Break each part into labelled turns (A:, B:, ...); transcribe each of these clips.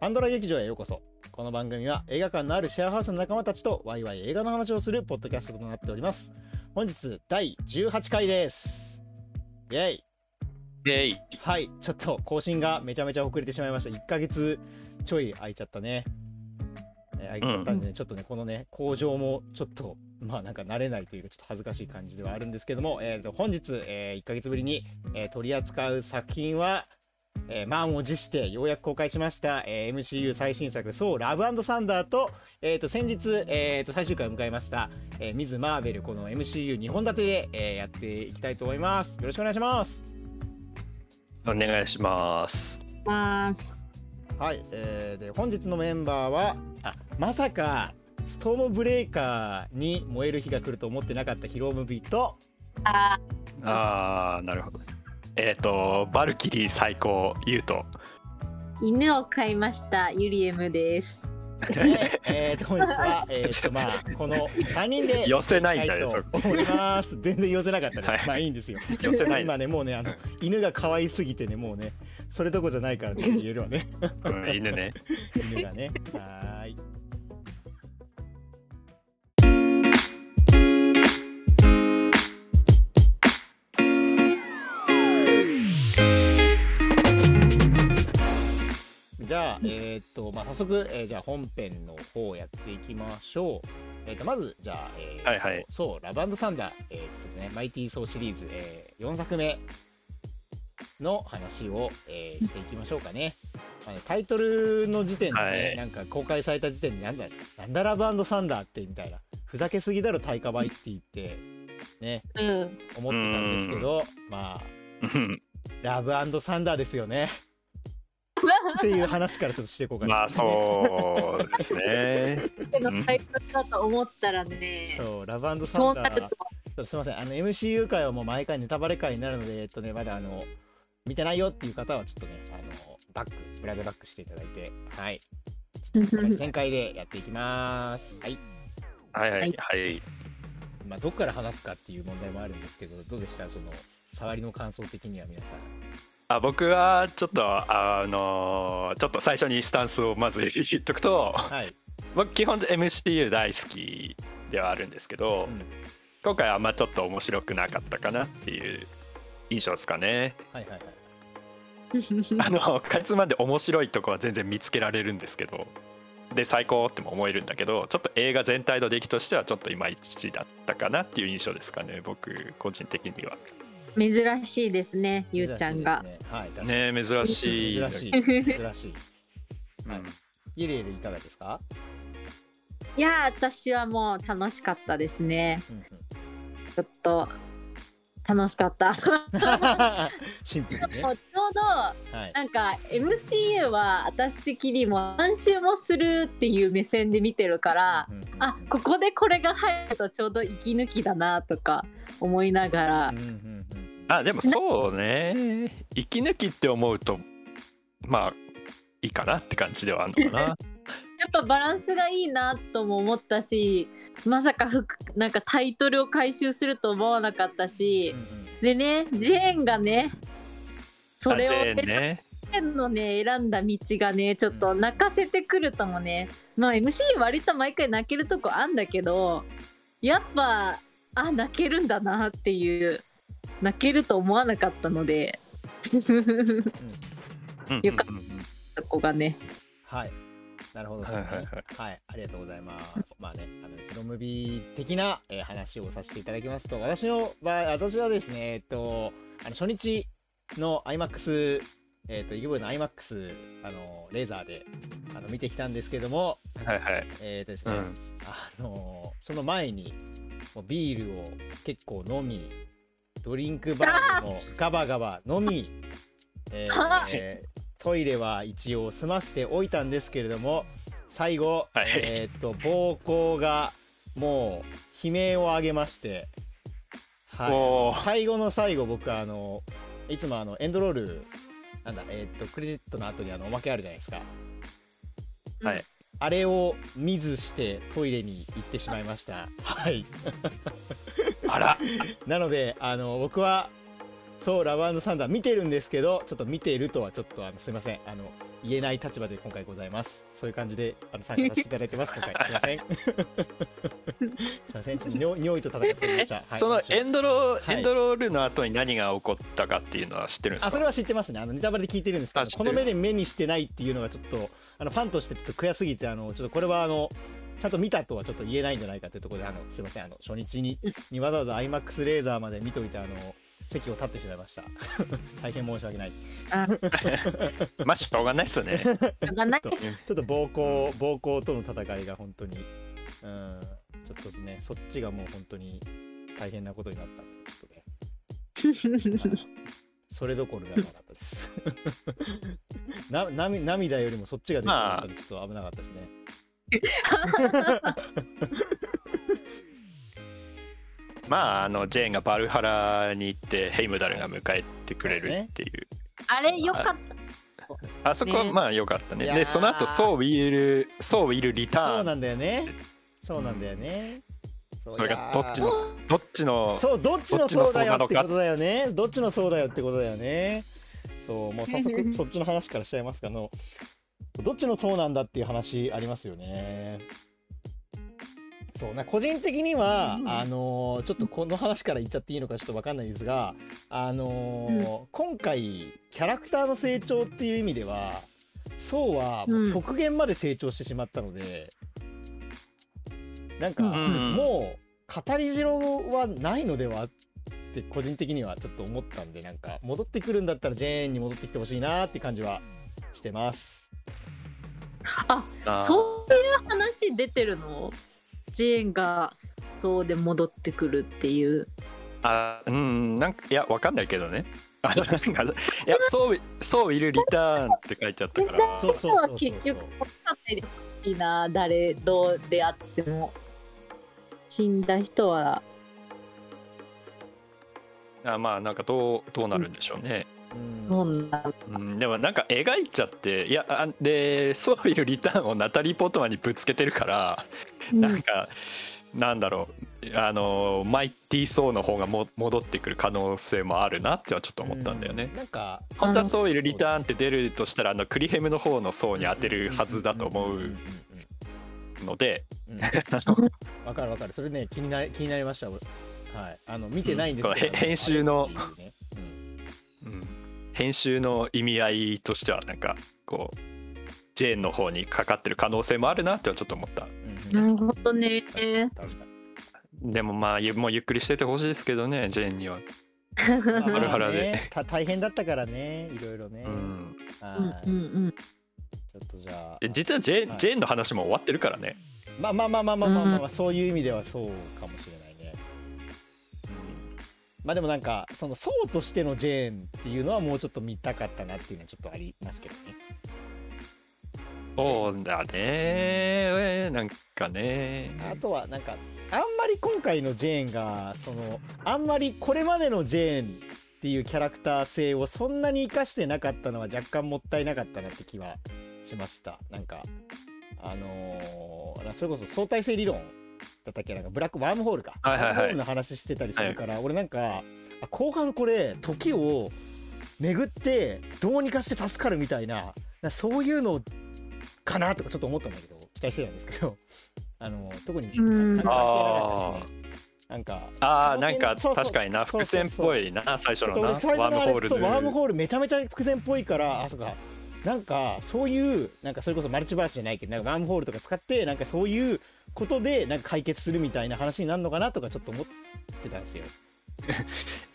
A: パンドラ劇場へようこそこの番組は映画館のあるシェアハウスの仲間たちとワイワイ映画の話をするポッドキャストとなっております本日第18回ですイェイ
B: でい
A: はいちょっと更新がめちゃめちゃ遅れてしまいました1ヶ月ちょい空いちゃったねえー空いちゃったんでね、ちょっとねこのね工場もちょっとまあなんか慣れないというかちょっと恥ずかしい感じではあるんですけども、えー、と本日、え1ヶ月ぶりに、えー取り扱う作品は、えー満を持してようやく公開しました、えー MCU 最新作「そうラブサンダーと」えーと先日、えーと最終回を迎えました、えー、ミズ・マーベルこの MCU2 本立てで、えーやっていきたいと思いますよろしくお願いします
B: お願いします
C: ます。
A: はい、えーで本日のメンバーはあまさかストームブレイカーに燃える日が来ると思ってなかったヒロムビ と
C: あ
B: あーなるほどえっ、とバルキリー最高ユウト
C: 犬を飼いましたゆりえむです。
A: でえーと本日は、え ーとまあ、この3人で
B: 寄せない
A: や
B: ん
A: り
B: だ
A: たい
B: よそ
A: と思います全然寄せなかったね、
B: はい
A: まあいいんですよ
B: 寄せない
A: 今ねもうねあの犬が可愛すぎてねもうねそれどこじゃないからって言えるわね
B: こ、うん、犬ね
A: 犬がねはーいじゃあ、えーっと、まあ、早速、えーじゃあ本編の方やっていきましょう。えーっと、まず、じゃあ、えー
B: はいはい
A: そう、ラブサンダー、えーちょっとね、マイティーソーシリーズ、え4作目の話を、えーしていきましょうかね。まあねタイトルの時点でね、
B: はい
A: なんか公開された時点でなんだ、なんだラブサンダーってみたいな、ふざけすぎだろ、タイカバイティって、ね、
C: うん。
A: 思ってたんですけど、まあ、
B: うん
A: ラブサンダーですよね。っていう話からちょっとしていこうかな。
B: まあそうですね
C: このタイプだと思ったらね。
A: そう、ラブサ
C: そう
A: ン
C: な
A: ダ
C: る
A: ー
C: と。
A: そうすみません、あの MCU 回はもう毎回ネタバレ回になるので、えっとね、まだあの、見てないよっていう方はちょっとね、あの、バック、裏でバックしていただいて、はい、全開でやっていきます。はい。
B: はいはいは
C: はいい、
A: まあ、どっから話すかっていう問題もあるんですけど、どうでしたその、触りの感想的には皆さん。
B: あ僕はちょっとあのーちょっと最初にスタンスをまず言っとくと
A: はい。
B: 僕基本 MCU 大好きではあるんですけど、
A: うん
B: 今回はあんまちょっと面白くなかったかなっていう印象ですかね
A: はいはいはい。
B: あのかいつまんで面白いとこは全然見つけられるんですけどで最高っても思えるんだけどちょっと映画全体の出来としてはちょっといまいちだったかなっていう印象ですかね僕個人的には
C: 珍しいですねゆうちゃんが。
A: 珍しいですねはい、確かに。
B: ねえ珍しい
A: 珍しい。珍しい。
B: うん
A: はいゆるゆるいかがですか、
C: いやー私はもう楽しかったですね。
A: うんうん、
C: ちょっと楽しかった。ちょ
A: シンプルに ね
C: う。ど
A: はい。
C: なんか MCU は私的にも何周もするっていう目線で見てるから。
A: うんうんうん
C: あここでこれが入るとちょうど息抜きだなとか思いながら、
A: うんうんうん
B: あでもそうね息抜きって思うとまあいいかなって感じではあるのかな
C: やっぱバランスがいいなとも思ったしまさかふくなんかタイトルを回収すると思わなかったし
A: うんうん
C: でねジェーンがねそれを
B: あジェ
C: ね
B: ーンね
C: ジェーンのね選んだ道がねちょっと泣かせてくるともねまあ MC 割と毎回泣けるとこあんだけどやっぱあ泣けるんだなっていう泣けると思わなかったので
B: うん
C: よかっ
B: うんうんうん
C: そこが ね
A: はい。なるほどです
B: はい
A: ね
B: はい。はい
A: はい、ありがとうございます。まあね、あのヒロムビ的な、えー話をさせていただきますと、私の場合、私はですね、えっと、あの初日の IMAX、えっと、イグボイの IMAX、あの、レーザーで、あの、見てきたんですけども、
B: はいはい
A: えっとです
B: う
A: ね、
B: ん
A: あのーその前にもうビールを結構飲みドリンクバーもガバガバ飲 み、えー
C: は
A: えートイレは一応済ませておいたんですけれども最後、
B: はい
A: えーっと膀胱がもう悲鳴を上げまして、はい、
B: おー
A: 最後の最後僕はあのいつもあのエンドロールなんだ、えーっとクレジットの後にあのおまけあるじゃないですか。
B: はい
A: あれを見ずしてトイレに行ってしまいました。はい。
B: あら
A: なので、あの、僕は、そう、ラブサンダー見てるんですけど、ちょっと見ているとはちょっと、あのすいません。あの、言えない立場で今回ございます。そういう感じであの参加させていただいてます、今回。すいま せん。すいません、ちょっと尿 尿意と戦っておりました。はい
B: その
A: 申し
B: エ
A: 訳
B: ンドロー、
A: はい
B: エンドロールの後に何が起こったかっていうのは知ってるんで
A: あ
B: す
A: そ
B: か
A: れは知ってますね、あのネタバレで聞いてるんですけ
B: あ
A: ど、
B: 知って
A: こ
B: る
A: の目で目にしてないっていうのがちょっと、あのファンとしてちょっと悔しすぎて、あのちょっとこれはあのちゃんと見たとはちょっと言えないんじゃないかというところで、あのすみません、あの初日 ににわざわざ IMAX レーザーまで見といて、あの席を立ってしまいました。 大変申し訳 ない。
B: まあしょうがないですよね
C: なんかないです
A: ちょっと暴行、暴行との戦いが本当に、うん、ちょっとですね、そっちがもう本当に大変なことになったんでちょっとね。それどころではなかったです。 ななみ涙よりもそっちが出て
B: まあ
A: たのでちょっと危なかったですね。
B: まああのジェーンがバルハラに行ってヘイムダルが迎えてくれるっていう
C: あれよかっ
B: あそこは
C: ね
B: まあ良かったね
A: いやー
B: でその後ソーウィルソーウィルリ
A: そ
B: タ
A: う
B: ー
A: な
B: ン
A: んだよね。そうなんだよね。う
B: それがどっち
C: た
B: のどっちの
A: そうどっちの
B: どっ
A: そうだ
B: ちの層
A: よ
B: な
A: っ
B: の
A: て
B: か
A: ことだよね。どっちのそうだよってことだよね。そうもう早速そっちの話からしちゃいますかの。どっちのそうなんだっていう話ありますよね。そうな個人的には、
C: うん
A: あのーちょっとこの話から言っちゃっていいのかちょっとわかんないですが、あのー今回キャラクターの成長っていう意味ではそうはもう
C: うん
A: 極限まで成長してしまったので、なんか、
C: うん
A: もう語り代はないのではって個人的にはちょっと思ったんでなんか戻ってくるんだったらジェーンに戻ってきてほしいなって感じはしてます。
B: あ
C: た
B: ー
C: そういう話出てるのジェーンがそうで戻ってくるっていう
B: あうんなんかいやわかんないけどねあなんかいやそうそういるリターンって書いてあったから
A: そうそうそうそう
C: は結局分かんないいな誰どうであっても死んだ人は
B: あまあなんかどうどうなるんでしょうね、
A: うん
C: どうなる
B: うん、でもなんか描いちゃっていやあでソーウィルリターンをナタリー・ポートマンにぶつけてるから、なんかなんだろうあのマイティー・ソーの方がも戻ってくる可能性もあるなってはちょっと思ったんだよね、
A: うなんか
B: 本当はソーウィルリターンって出るとしたらあのクリヘムの方の層に当てるはずだと思うの で
A: うん。わかるわかる。それね気になり気になりました。俺はい。あの見てないんですけ
B: うん
A: ど。
B: このへ編集の
A: あれっていうねうん
B: うん編集の意味合いとしてはなんかこうジェーンの方にかかってる可能性もあるなってはちょっと思った
A: うん
C: なるほどね
A: 確かに
B: でもまあゆもうゆっくりしててほしいですけどねジェーンには、
A: 確かに。
B: ハルハラで
A: まあねた大変だったからね。いろいろね
B: う。ん、
C: うん
A: は
C: う
A: い。
C: んうん
A: ちょっとじゃあ。
B: え実はジェーン、
A: はい
B: ジェーンの話も終わってるからね
A: まあまあまあまあまあまあ、まあ
C: う
A: そういう意味ではそうかもしれないね。まあでもなんかその層としてのジェーンっていうのはもうちょっと見たかったなっていうのはちょっとありますけどね。
B: そうだねえーなんかね
A: あとはなんかあんまり今回のジェーンがそのあんまりこれまでのジェーンっていうキャラクター性をそんなに生かしてなかったのは若干もったいなかったなって気はしました。なんかあのーそれこそ相対性理論だったっけなんかブラックワームホールか、
B: はいはいはい
A: ワームホールの話してたりするから、俺なんかあ後半これ時を巡ってどうにかして助かるみたいななそういうのかなとかちょっと思ったんだけど期待してたんですけど あの特に
C: うん
A: 感はしてなかったですね。
B: あ
A: そ
B: ー
A: の
B: な
A: 点
B: んか
A: そうそう
B: 確かにな
A: そう
B: 伏
A: そうそう
B: 線っぽいな最初
A: ちょっ
B: のな
A: と俺最初
B: ワーム
A: のあ
B: ホー
A: れ
B: ル
A: そうワーム
B: の
A: ホールめちゃめちゃ伏線っぽいからあそうかなんかそういうなんかそれこそマルチバースじゃないけどなんかワームホールとか使ってなんかそういうことでなんか解決するみたいな話になるのかなとかちょっと思ってたんですよ。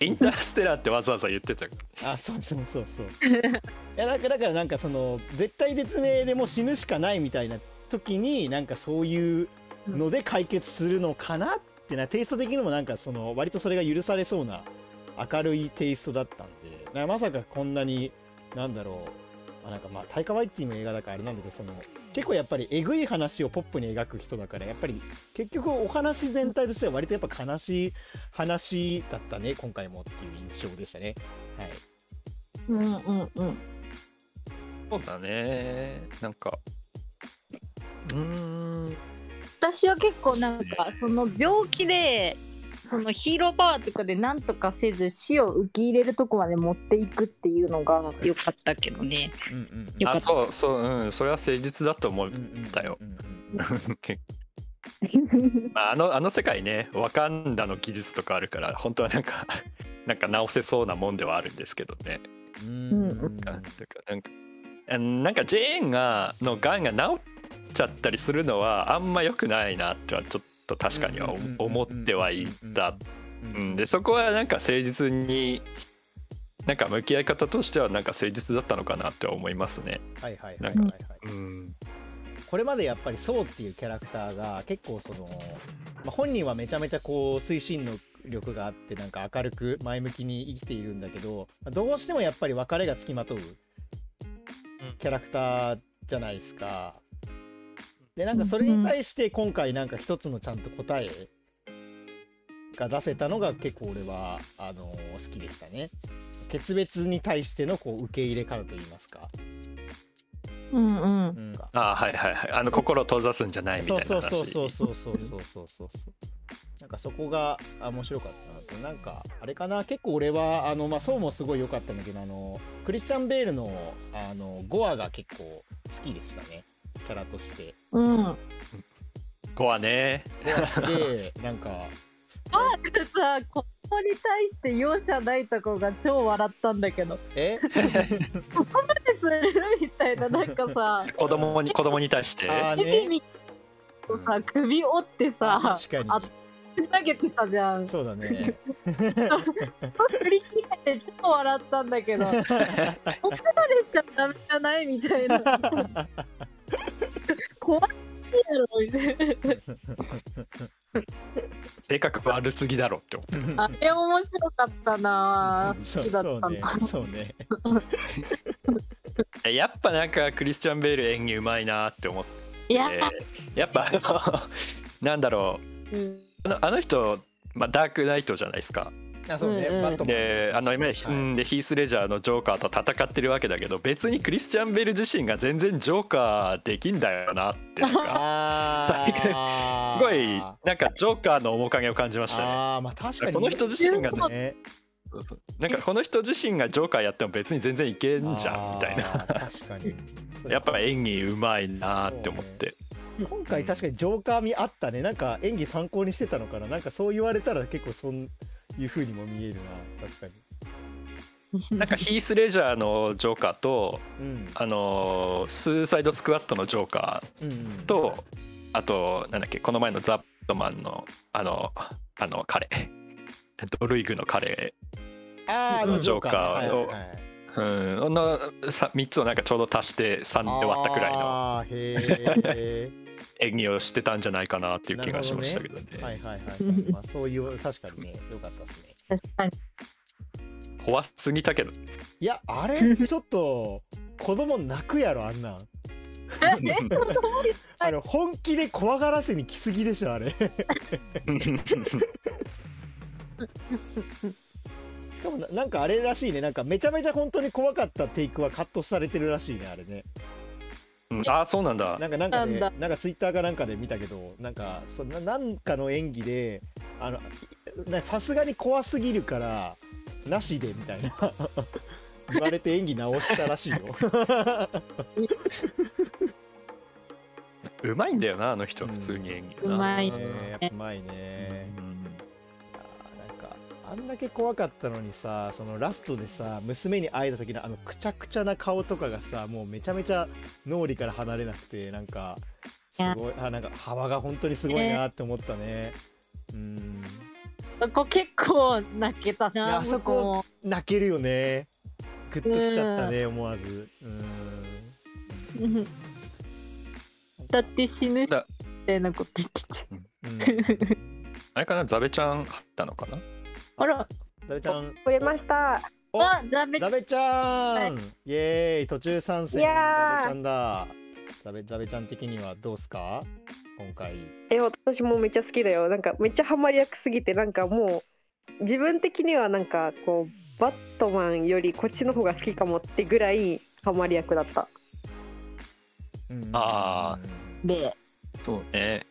B: インターステラーってわざわざ言ってたよ
A: あそうそうそうそういやだからだからなんかその絶対絶命でもう死ぬしかないみたいな時になんかそういうので解決するのかなってなテイスト的にもなんかその割とそれが許されそうな明るいテイストだったんでなんかまさかこんなになんだろう、まあ、なんかまあタイカ・ワイティの映画だからあれなんだけどその結構やっぱりえぐい話をポップに描く人だからやっぱり結局お話全体としては割とやっぱ悲しい話だったね今回もっていう印象でしたね。はい
C: うんうんうん
B: そうだねなんかうーん
C: 私は結構なんかその病気でそのヒーローパワーとかでなんとかせず死を受け入れるとこまで持っていくっていうのが良かったけどね。
A: うんうん
C: よか
B: あ
C: った
B: そうそううんそれは誠実だと思う
A: う んうんうん
B: だよ
A: うんうん
B: まああのあの世界ねワカンダの技術とかあるから本当はなんかなんか直せそうなもんではあるんですけどね
A: うんうんうん
B: なんかなんかあなんかジェーンがのがんが治っちゃったりするのはあんま良くないなってはちょっと確かにはお
A: うんうんうんうん
B: 思ってはいた、
A: うん
B: うん、でそこはなんか誠実になんか向き合い方としてはなんか誠実だったのかなって思いますね。
A: はいはいはい
B: な
A: は
B: ん
A: い
B: か
A: はい
B: うん
A: これまでやっぱりそうっていうキャラクターが結構その、まあ、本人はめちゃめちゃこう推進力があってなんか明るく前向きに生きているんだけどまあどうしてもやっぱり別れがつきまとうキャラクターじゃないですか。でなんかそれに対して今回なんか一つのちゃんと答えが出せたのが結構俺はあの好きでしたね。決別に対してのこう受け入れ方といいますか。
C: うんうん。
A: うん
B: あーはいはいはいあの心を閉ざすんじゃないみたい
A: そう
B: な
A: そう
B: 話
A: そうそうそうそうそうそうそうなんかそこがあ面白かったなとなんかあれかな結構俺はあのまあそうもすごい良かったんだけどあのクリスチャン・ベールのあのゴアが結構好きでしたねキャラとして
C: うん。あ
B: ここはね
A: ゴアす げえなんか
C: さここに対して容赦ないとこが超笑ったんだけど。
A: え
C: するみたいななんか さ。
B: 子供に子供に対して
A: あー
C: ヘビ
A: ね
C: みたいなさ首折ってさ
A: 確か
C: あ
A: に
C: 投げてたじゃん。
A: そうだね
C: 振り切ってて超笑ったん だけどここまでしちゃダメじゃないみた いな怖いやろみたいな。
B: 性格悪すぎだろって思って
C: あれ面白かったなぁ
A: そ
C: 好
A: う
C: きだっ
A: そう
C: た
A: ね
C: な
A: そうね
B: えやっぱなんかクリスチャン・ベール演技うまいなって思って
C: いや、
B: やっぱ あのなんだろ
C: うん
B: うあのあの人、まあ、ダークナイトじゃないですか
A: あそうね
C: うんうん
A: バットマン
B: であの今、うんでヒース・レジャーのジョーカーと戦ってるわけだけど別にクリスチャン・ベール自身が全然ジョーカーできんだよなってなんか
A: あー
B: すごいなんかジョーカーの面影を感じましたね。
A: あーまあ確かに
B: この人自身 が全
A: ね
B: そうそうなんかこの人自身がジョーカーやっても別に全然いけんじゃんみたいな
A: あー確かに
B: やっぱ演技うまいなって思って、
A: 今回確かにジョーカー味あったねなんか演技参考にしてたのかななんかそう言われたら結構そんいう風にも見えるな確かに
B: なんかヒース・レジャーのジョーカーと
A: うん
B: あのースーサイドスクワットのジョーカ
A: うんうん
B: ーとあとなんだっけこの前のザ・バットマンのあのあの彼ドルイグの彼、
A: あ
C: の
B: ジョーカーを
A: はいはいはい
B: うん、この3つをなんかちょうど足して3で割ったくらいの
A: あーへ
B: 演技をしてたんじゃないかなっていう気がしましたけどね
A: えはいはいはい、まあ、そういう確かにね良かったですね
C: 確かに
B: 怖すぎたけど
A: いやあれちょっと子供泣くやろあんなん あの本気で怖がらせに来すぎでしょあれしかもななんかあれらしいねなんかめちゃめちゃ本当に怖かったテイクはカットされてるらしいねあれね
B: うんああそうなんだ
A: なんかなんかね
C: な
A: なんんかツイッターかなんかで見たけどなんかそんななんかの演技であのなさすがに怖すぎるからなしでみたいな言われて演技直したらしいよ
B: うまいんだよなあの人
A: うん
B: 普通に演技
C: うまい
A: ねやっぱうまいね
B: うん
A: あーなんかあんだけ怖かったのにさそのラストでさ娘に会えた時のあのくちゃくちゃな顔とかがさもうめちゃめちゃ脳裏から離れなくてなんかすごいあなんか幅が本当にすごいなって思ったね、うん
C: そこ結構泣けた
A: いや
C: な
A: あ
C: ぁ
A: そ
C: そ
A: こ
C: こも
A: 泣けるよねグッときちゃったね思わずうん
C: うんだって死ぬみたいなこと言ってて
A: うん
B: あれかなザベちゃんだったのかな
C: あら
A: ダベちゃん
D: 遅れました。
A: お
C: あザベ
A: ダベちゃんイエーイ途中参戦
D: い
A: ダ
D: やー
A: ベちゃんだダベダベちゃん的にはどうすか今回
D: え、私もめっちゃ好きだよ。なんかめっちゃハマり役すぎて、なんかもう自分的にはなんかこうバットマンよりこっちの方が好きかもってぐらいハマり役だった。
A: うん
B: あ
C: で
B: そうね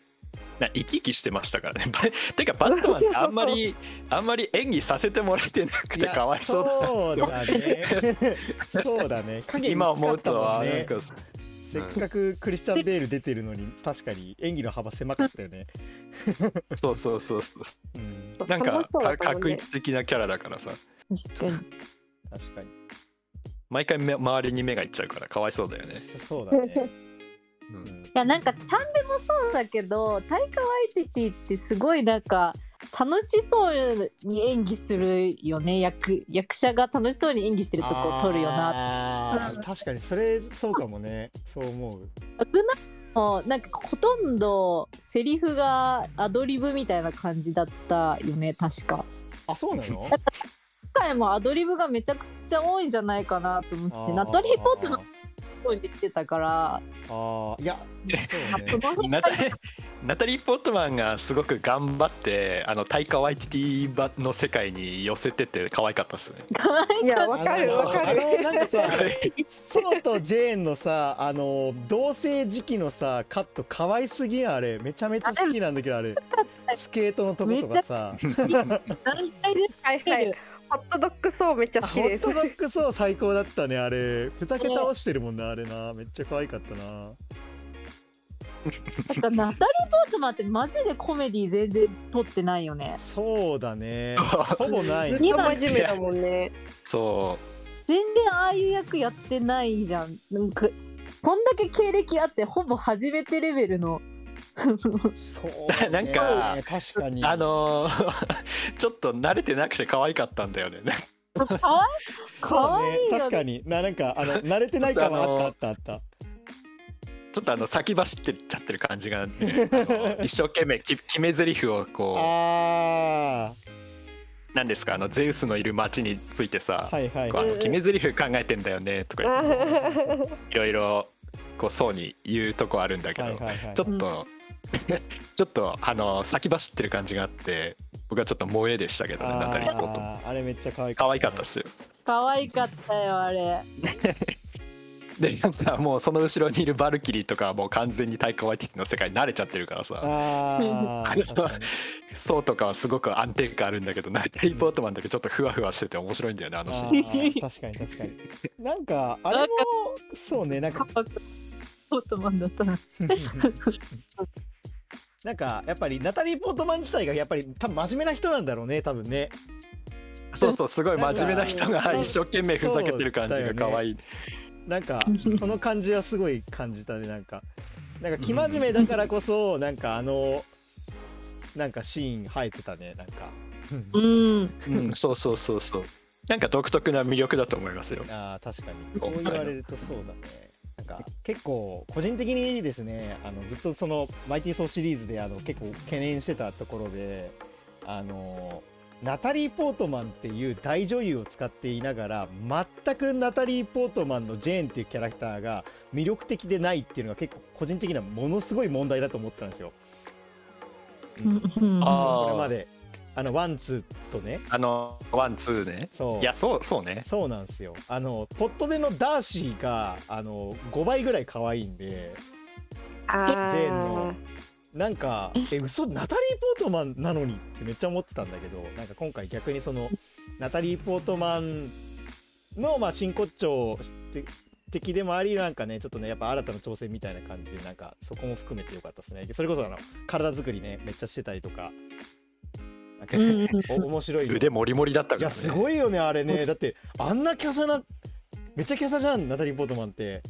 B: な生き生きしてましたからね。ばてかバットマンってあんまりあんまり演技させてもらえてなく
A: い
B: て
A: や
B: かわいそうだな。
A: そうだね そうだね影薄
B: 今
A: かったもんね
B: 思うとはなんか
A: せっかくクリスチャン・ベール出てるのに確かに演技の幅狭かったよね、
B: そうそうそうそう
A: うん、
B: なん
D: 楽
B: か
D: しそうだ
B: か
D: ったもん
B: 確
D: ね
B: 一的なキャラだからさ
C: 確か
A: 確かに
B: 毎回め周りに目がいっちゃうからかわいそうだよね。
A: そそうだね、
B: うん
A: うん
C: いやなんかチャンベもそうだけどタイカ・ワイティティってすごいなんか楽しそうに演技するよね役役者が楽しそうに演技してるとこを撮るよな
A: な確かにそれそうかもねそう思う
C: グナもなんかほとんどセリフがアドリブみたいな感じだったよね確か
A: あそうなの
C: 今回もアドリブがめちゃくちゃ多いんじゃないかなと思っててナトリー・ポートの方にしてたから
A: あーいやそうね
C: その辺
B: ナタリーナタリー・ポートマンがすごく頑張ってあのタイカ・ワイティティの世界に寄せてて可愛かったですね。
C: 可愛い
D: い
C: か
D: やわかる
A: あの
D: わかる
A: あのなんかさソーとジェーンのさあの同棲時期のさカットかわいすぎやんあれめちゃめちゃ好きなんだけどあれスケートのとことかさ
C: 何回で
D: はいはいホットドッグソーめっちゃ
A: あ
D: 好き
A: ホッ
D: です
A: トドッグそう最高だったねあれ二桁落ちてるもんなあれなめっちゃ可愛かったな
C: なんかナタリー・ポートマンってマジでコメディ全然撮ってないよね
A: そうだねほぼない
D: ずっと真面目だもんね
B: そ
C: 全然ああいう役やってないじゃんなんかこんだけ経歴あってほぼ初めてレベルの
A: そうだね
B: なんか
A: 確かに
B: うあのー ちょっと慣れてなくて可愛かったんだよね。
C: かわいか
A: そう
C: わい
A: ね
C: いよね
A: 確かにななんかあの慣れてない感はあったあったあった
B: ちょっとあの先走ってっちゃってる感 じが、ね、あの一生懸命き決め台詞をこ
A: あ
B: うなんですかあのゼウスのいる町についてさ、
A: ーはいはい
B: こうあの決め台詞考えてんだよねとか言っていろいろこうそうに言うとこあるんだけど、
A: はいはいはい
B: ちょっと、 ちょっとあの先走ってる感じがあって僕はちょっと萌えでしたけどねナタリー・ポートも
A: あーあれめっちゃ可愛
B: 可愛かったっすよ
C: 可愛かったよあれ
B: でなんかもうその後ろにいるバルキリーとかはもう完全に体育ワイティの世界に慣れちゃってるからさ
A: ああ、確かに
B: そうとかはすごく安定感あるんだけどナタリー・ポートマンだけちょっとふわふわしてて面白いんだよねあのシーン
A: あー確かに確かに。なんかあれもそうねなん
C: カ
A: か
C: パポートマンだったな
A: なんかやっぱりナタリー・ポートマン自体がやっぱり多分真面目な人なんだろうね多分ね。
B: そうそうすごい真面目な人
A: なんか
B: が一生懸命ふざけてる感じが可愛い、
A: なんかその感じはすごい感じたねなんか。なんか生真面目だからこそなんかあのなんかシーン生えてたねなんか。
C: うん
B: うん、そうそうそうそうなんか独特な魅力だと思いますよ
A: あー確かにそう言われるとそうだねなんか結構個人的にですねあのずっとその「マイティー・ソー」シリーズであの結構懸念してたところであのナタリー・ポートマンっていう大女優を使っていながら全くナタリー・ポートマンのジェーンっていうキャラクターが魅力的でないっていうのが結構個人的にはものすごい問題だと思ってたんですよ。
B: あー
A: これまであのワンツーとね
B: あのワンツーね
A: そう
B: いやそうそうね
A: そうなんですよあのポットでのダーシーがあの5倍ぐらい可愛いんで
D: あ
A: ジェーンの
D: ー
A: なんかえ嘘ナタリー・ポートマンなのにってめっちゃ思ってたんだけどなんか今回逆にそのナタリー・ポートマンの、まあ、真骨頂て的でもありなんかねちょっとねやっぱ新たな挑戦みたいな感じでなんかそこも含めてよかったですねそれこそあの体作りねめっちゃしてたりとかなんか
C: うん
A: お面白いの
B: 腕もりもりだった
A: い
B: から、
A: や
B: ね、
A: すごいよねあれねだってあんなキャサなめっちゃキャサじゃんナタリー・ポートマンって、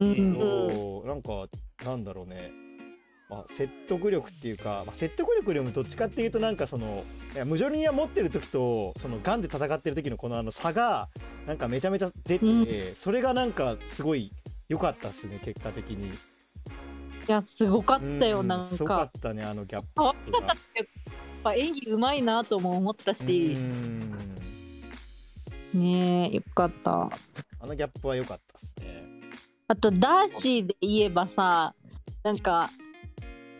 C: うん
A: そうなんかなんだろうね、まあ、説得力っていうか、まあ、説得力よりもどっちかっていうとなんかそのいやムジョルニア持ってる時とそのガンで戦ってる時のこのあの差がなんかめちゃめちゃ出てて、
C: う
A: それがなんかすごい良かったっすね結果的に
C: いやすご
A: あ
C: かったよなん
A: す
C: か
A: ご
C: や
A: かったねあのギャップが
C: っぱ演技うまいなとも思ったし
A: うん
C: ねえよかった
A: あのギャップは良かったっすね
C: あとダーシーで言えばさなんか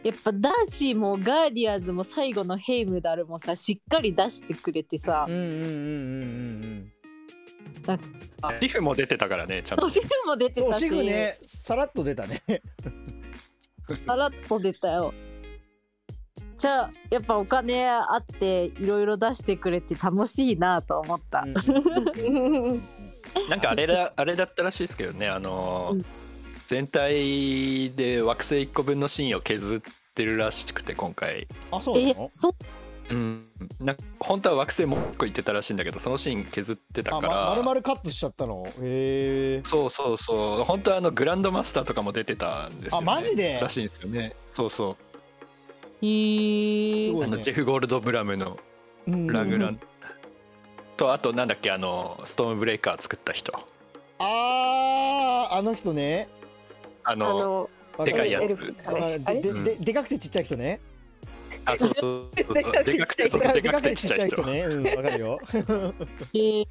C: やっぱダーシーもガーディアーズも最後のヘイムダルもさしっかり出してくれてさ
A: うんうんうんうんうんうん
B: シフも出てたからねちゃんと
C: シェフも出て
A: そう
C: たし
A: シェフねさらっと出たね
C: さらっと出たよちゃやっぱお金あっていろいろ出してくれて楽しいなと思った、
B: なんかあれだあれだったらしいですけどねあのー
C: うん
B: 全体で惑星1個分のシーンを削ってるらしくて今回、
A: あ、そうな
C: え
A: の
C: そう
B: うん、なんか本当は惑星もう1個行ってたらしいんだけどそのシーン削ってた
A: あ、
B: か
A: ま、
B: ら、
A: 丸々カットしちゃったの。へえ。
B: そうそうそう本当はあのグランドマスターとかも出てたんですよ、ね、
A: あマジで
B: らしいんですよねそうそ
C: へー
A: す
B: う
A: ごい
B: あの
A: ね
B: ジェフ・ゴールドブラムの
A: うん
B: ラグラン、とあとなんだっけあのストームブレイカー作った人
A: あー、あの人ね。
B: あ
D: あ
B: の
D: の
A: わ
B: で
A: る
B: かいやつ
D: エルフ
A: わかるで
D: あれ
A: でででかくてちっちゃい人ね。
B: あそう そうそう
D: でかくて
B: でかくてそうそうでかくてちっちゃい人
A: ね。うん、わかる よ。
C: えー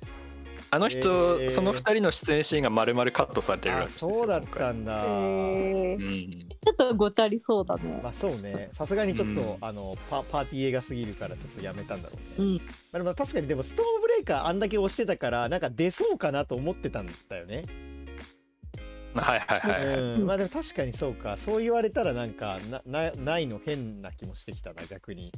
B: あの人、
A: えー
B: その二人の出演シーンが丸々カットされてるら
A: あ
B: しいですよ
A: そうだったんだ。
D: え
B: 今回
D: ー
B: うん
C: ちょっとごちゃりそうだね
A: まあそうね、さすがにちょっと、
B: うん
A: あのパパーティー映画すぎるからちょっとやめたんだろう
C: う
A: ね。
C: ん
A: まあ、でも確かにでもストームブレイカーあんだけ押してたからなんか出そうかなと思ってたんだよね。
B: はいはいはいはい、
A: うん、まあでも確かにそうかそう言われたらなんかななないの変な気もしてきたな逆に、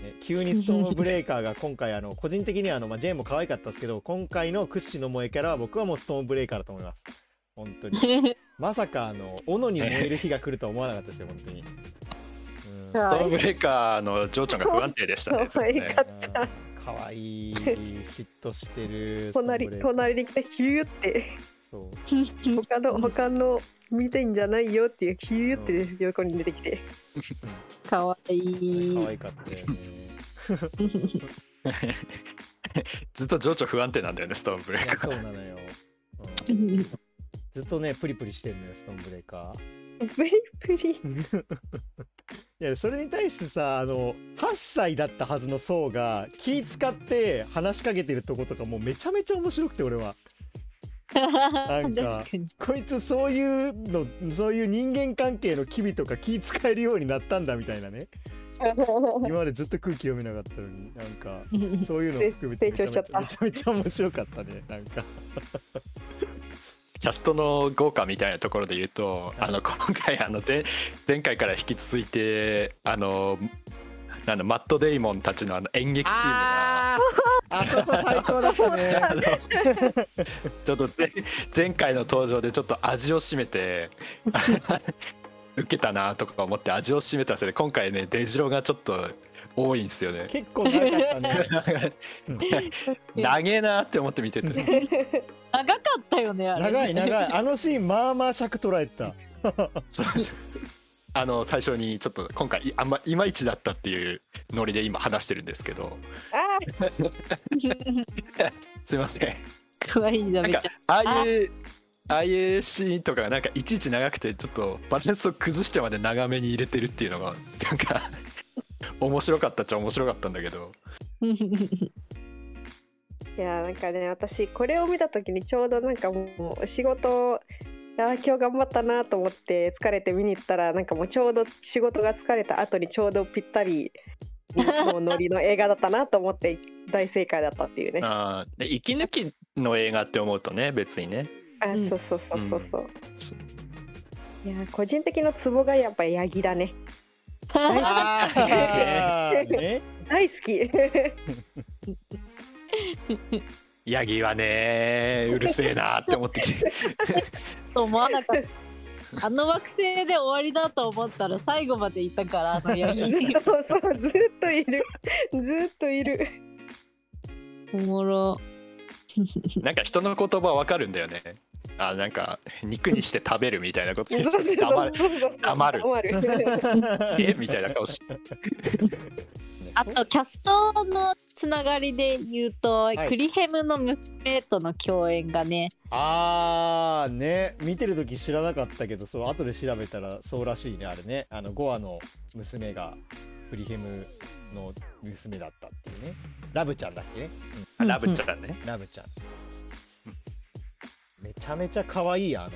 A: ね、急にストー ムブレイカーが今回あの個人的にはあの、まあ、ジェーンも可愛かったですけど今回の屈指の萌えキャラは僕はもうストームブレイカーだと思います本当にまさかあの斧に燃える日が来るとは思わなかったですよ本当に、うん、
C: はい
B: ストームブレイカーの情緒が不安定でしたね
D: 可愛い
B: ずっとね
D: かっ
A: うん可愛い嫉妬してるストームブレ
D: 隣
A: イカー
D: 隣に来たヒューって
A: そう
D: 他の他の見てんじゃないよっていうヒューって横に出てきて
C: かわいい
A: 可愛かったよね
B: ずっと情緒不安定なんだよねストームブレイ
A: い
B: カ
A: や
B: ー
A: そうなのよ、うんずっとね、プリプリしてんのよ、ストーンブレイカ
D: プリプリ
A: ー。いや、それに対してさ、あの、8歳だったはずの層が気使って話しかけてるとことかもうめちゃめちゃ面白くて、俺は。ん
C: 確
A: か
C: かに
A: こいつそういうの、そういう人間関係の機微とか気使えるようになったんだみたいなね。今までずっと空気読めなかったのに、なんか、そういうのを含めてめちゃめち
D: 成長しちゃ
A: ゃ
D: った
A: めちゃめちゃ面白かったね、なんか。
B: キャストの豪華みたいなところで言うと、あの今回あの前前回から引き続いてあのなんだマット・デイモンたちのあの演劇チームが
A: あーあそこ最高だったね。
B: あのちょっと前前回の登場でちょっと味を占めて受けたなとか思って味を占めたせいで今回ね出城がちょっと多いんですよね
A: 結構長かったね。
B: 長えなって思って見 てて
C: 長かったよねあ
A: 長
C: れ
A: い 長い。あのシーン、まあまあ尺捉えてた。
B: そう あの最初にちょっと今回いあんまいまいちだったっていうノリで今話してるんですけど
D: あ
B: すいません
C: かわいいじゃ
B: な
C: ん
B: ん
C: めっ
B: か
C: ちゃ
B: ああいうああいうシーンとかがなんかいちいち長くてちょっとバランスを崩してまで長めに入れてるっていうのがなんか 面白かったっちゃ面白かったんだけど
D: ーいやーなんかね私これを見た時にちょうどなんかもう仕事あー今日頑張ったなと思って疲れて見に行ったらなんかもうちょうど仕事が疲れた後にちょうどぴったりのノリの映画だったなと思って大正解だったっていうねあ
B: あーで息抜きの映画って思うとね別にね
C: うん
D: そうそうそうそうそう、いやー個人的なツボがやっぱヤギだね
A: あーね、
D: 大好き
B: ヤギはねうるせえなって思って
C: と思わなかったあの惑星で終わりだと思ったら最後までいたからあのヤ
D: ず
C: ギ
D: っと そうそうずっといるずっといる
C: お もろ
B: なんか人の言葉わかるんだよねあなんか肉にして食べるみたいなこと言っちゃって黙る黙る
D: 黙る
B: え みたいな顔して
C: あとキャストのつながりで言うと、
A: い
C: クリヘムの娘との共演がね
A: あーね見てる時知らなかったけどそう後で調べたらそうらしいねあれねあのゴアの娘がフリヘムの娘だったっていうねラブちゃんだっけね、
B: あラブちゃんね
A: うん、ラブちゃんめちゃめちゃ可愛いあの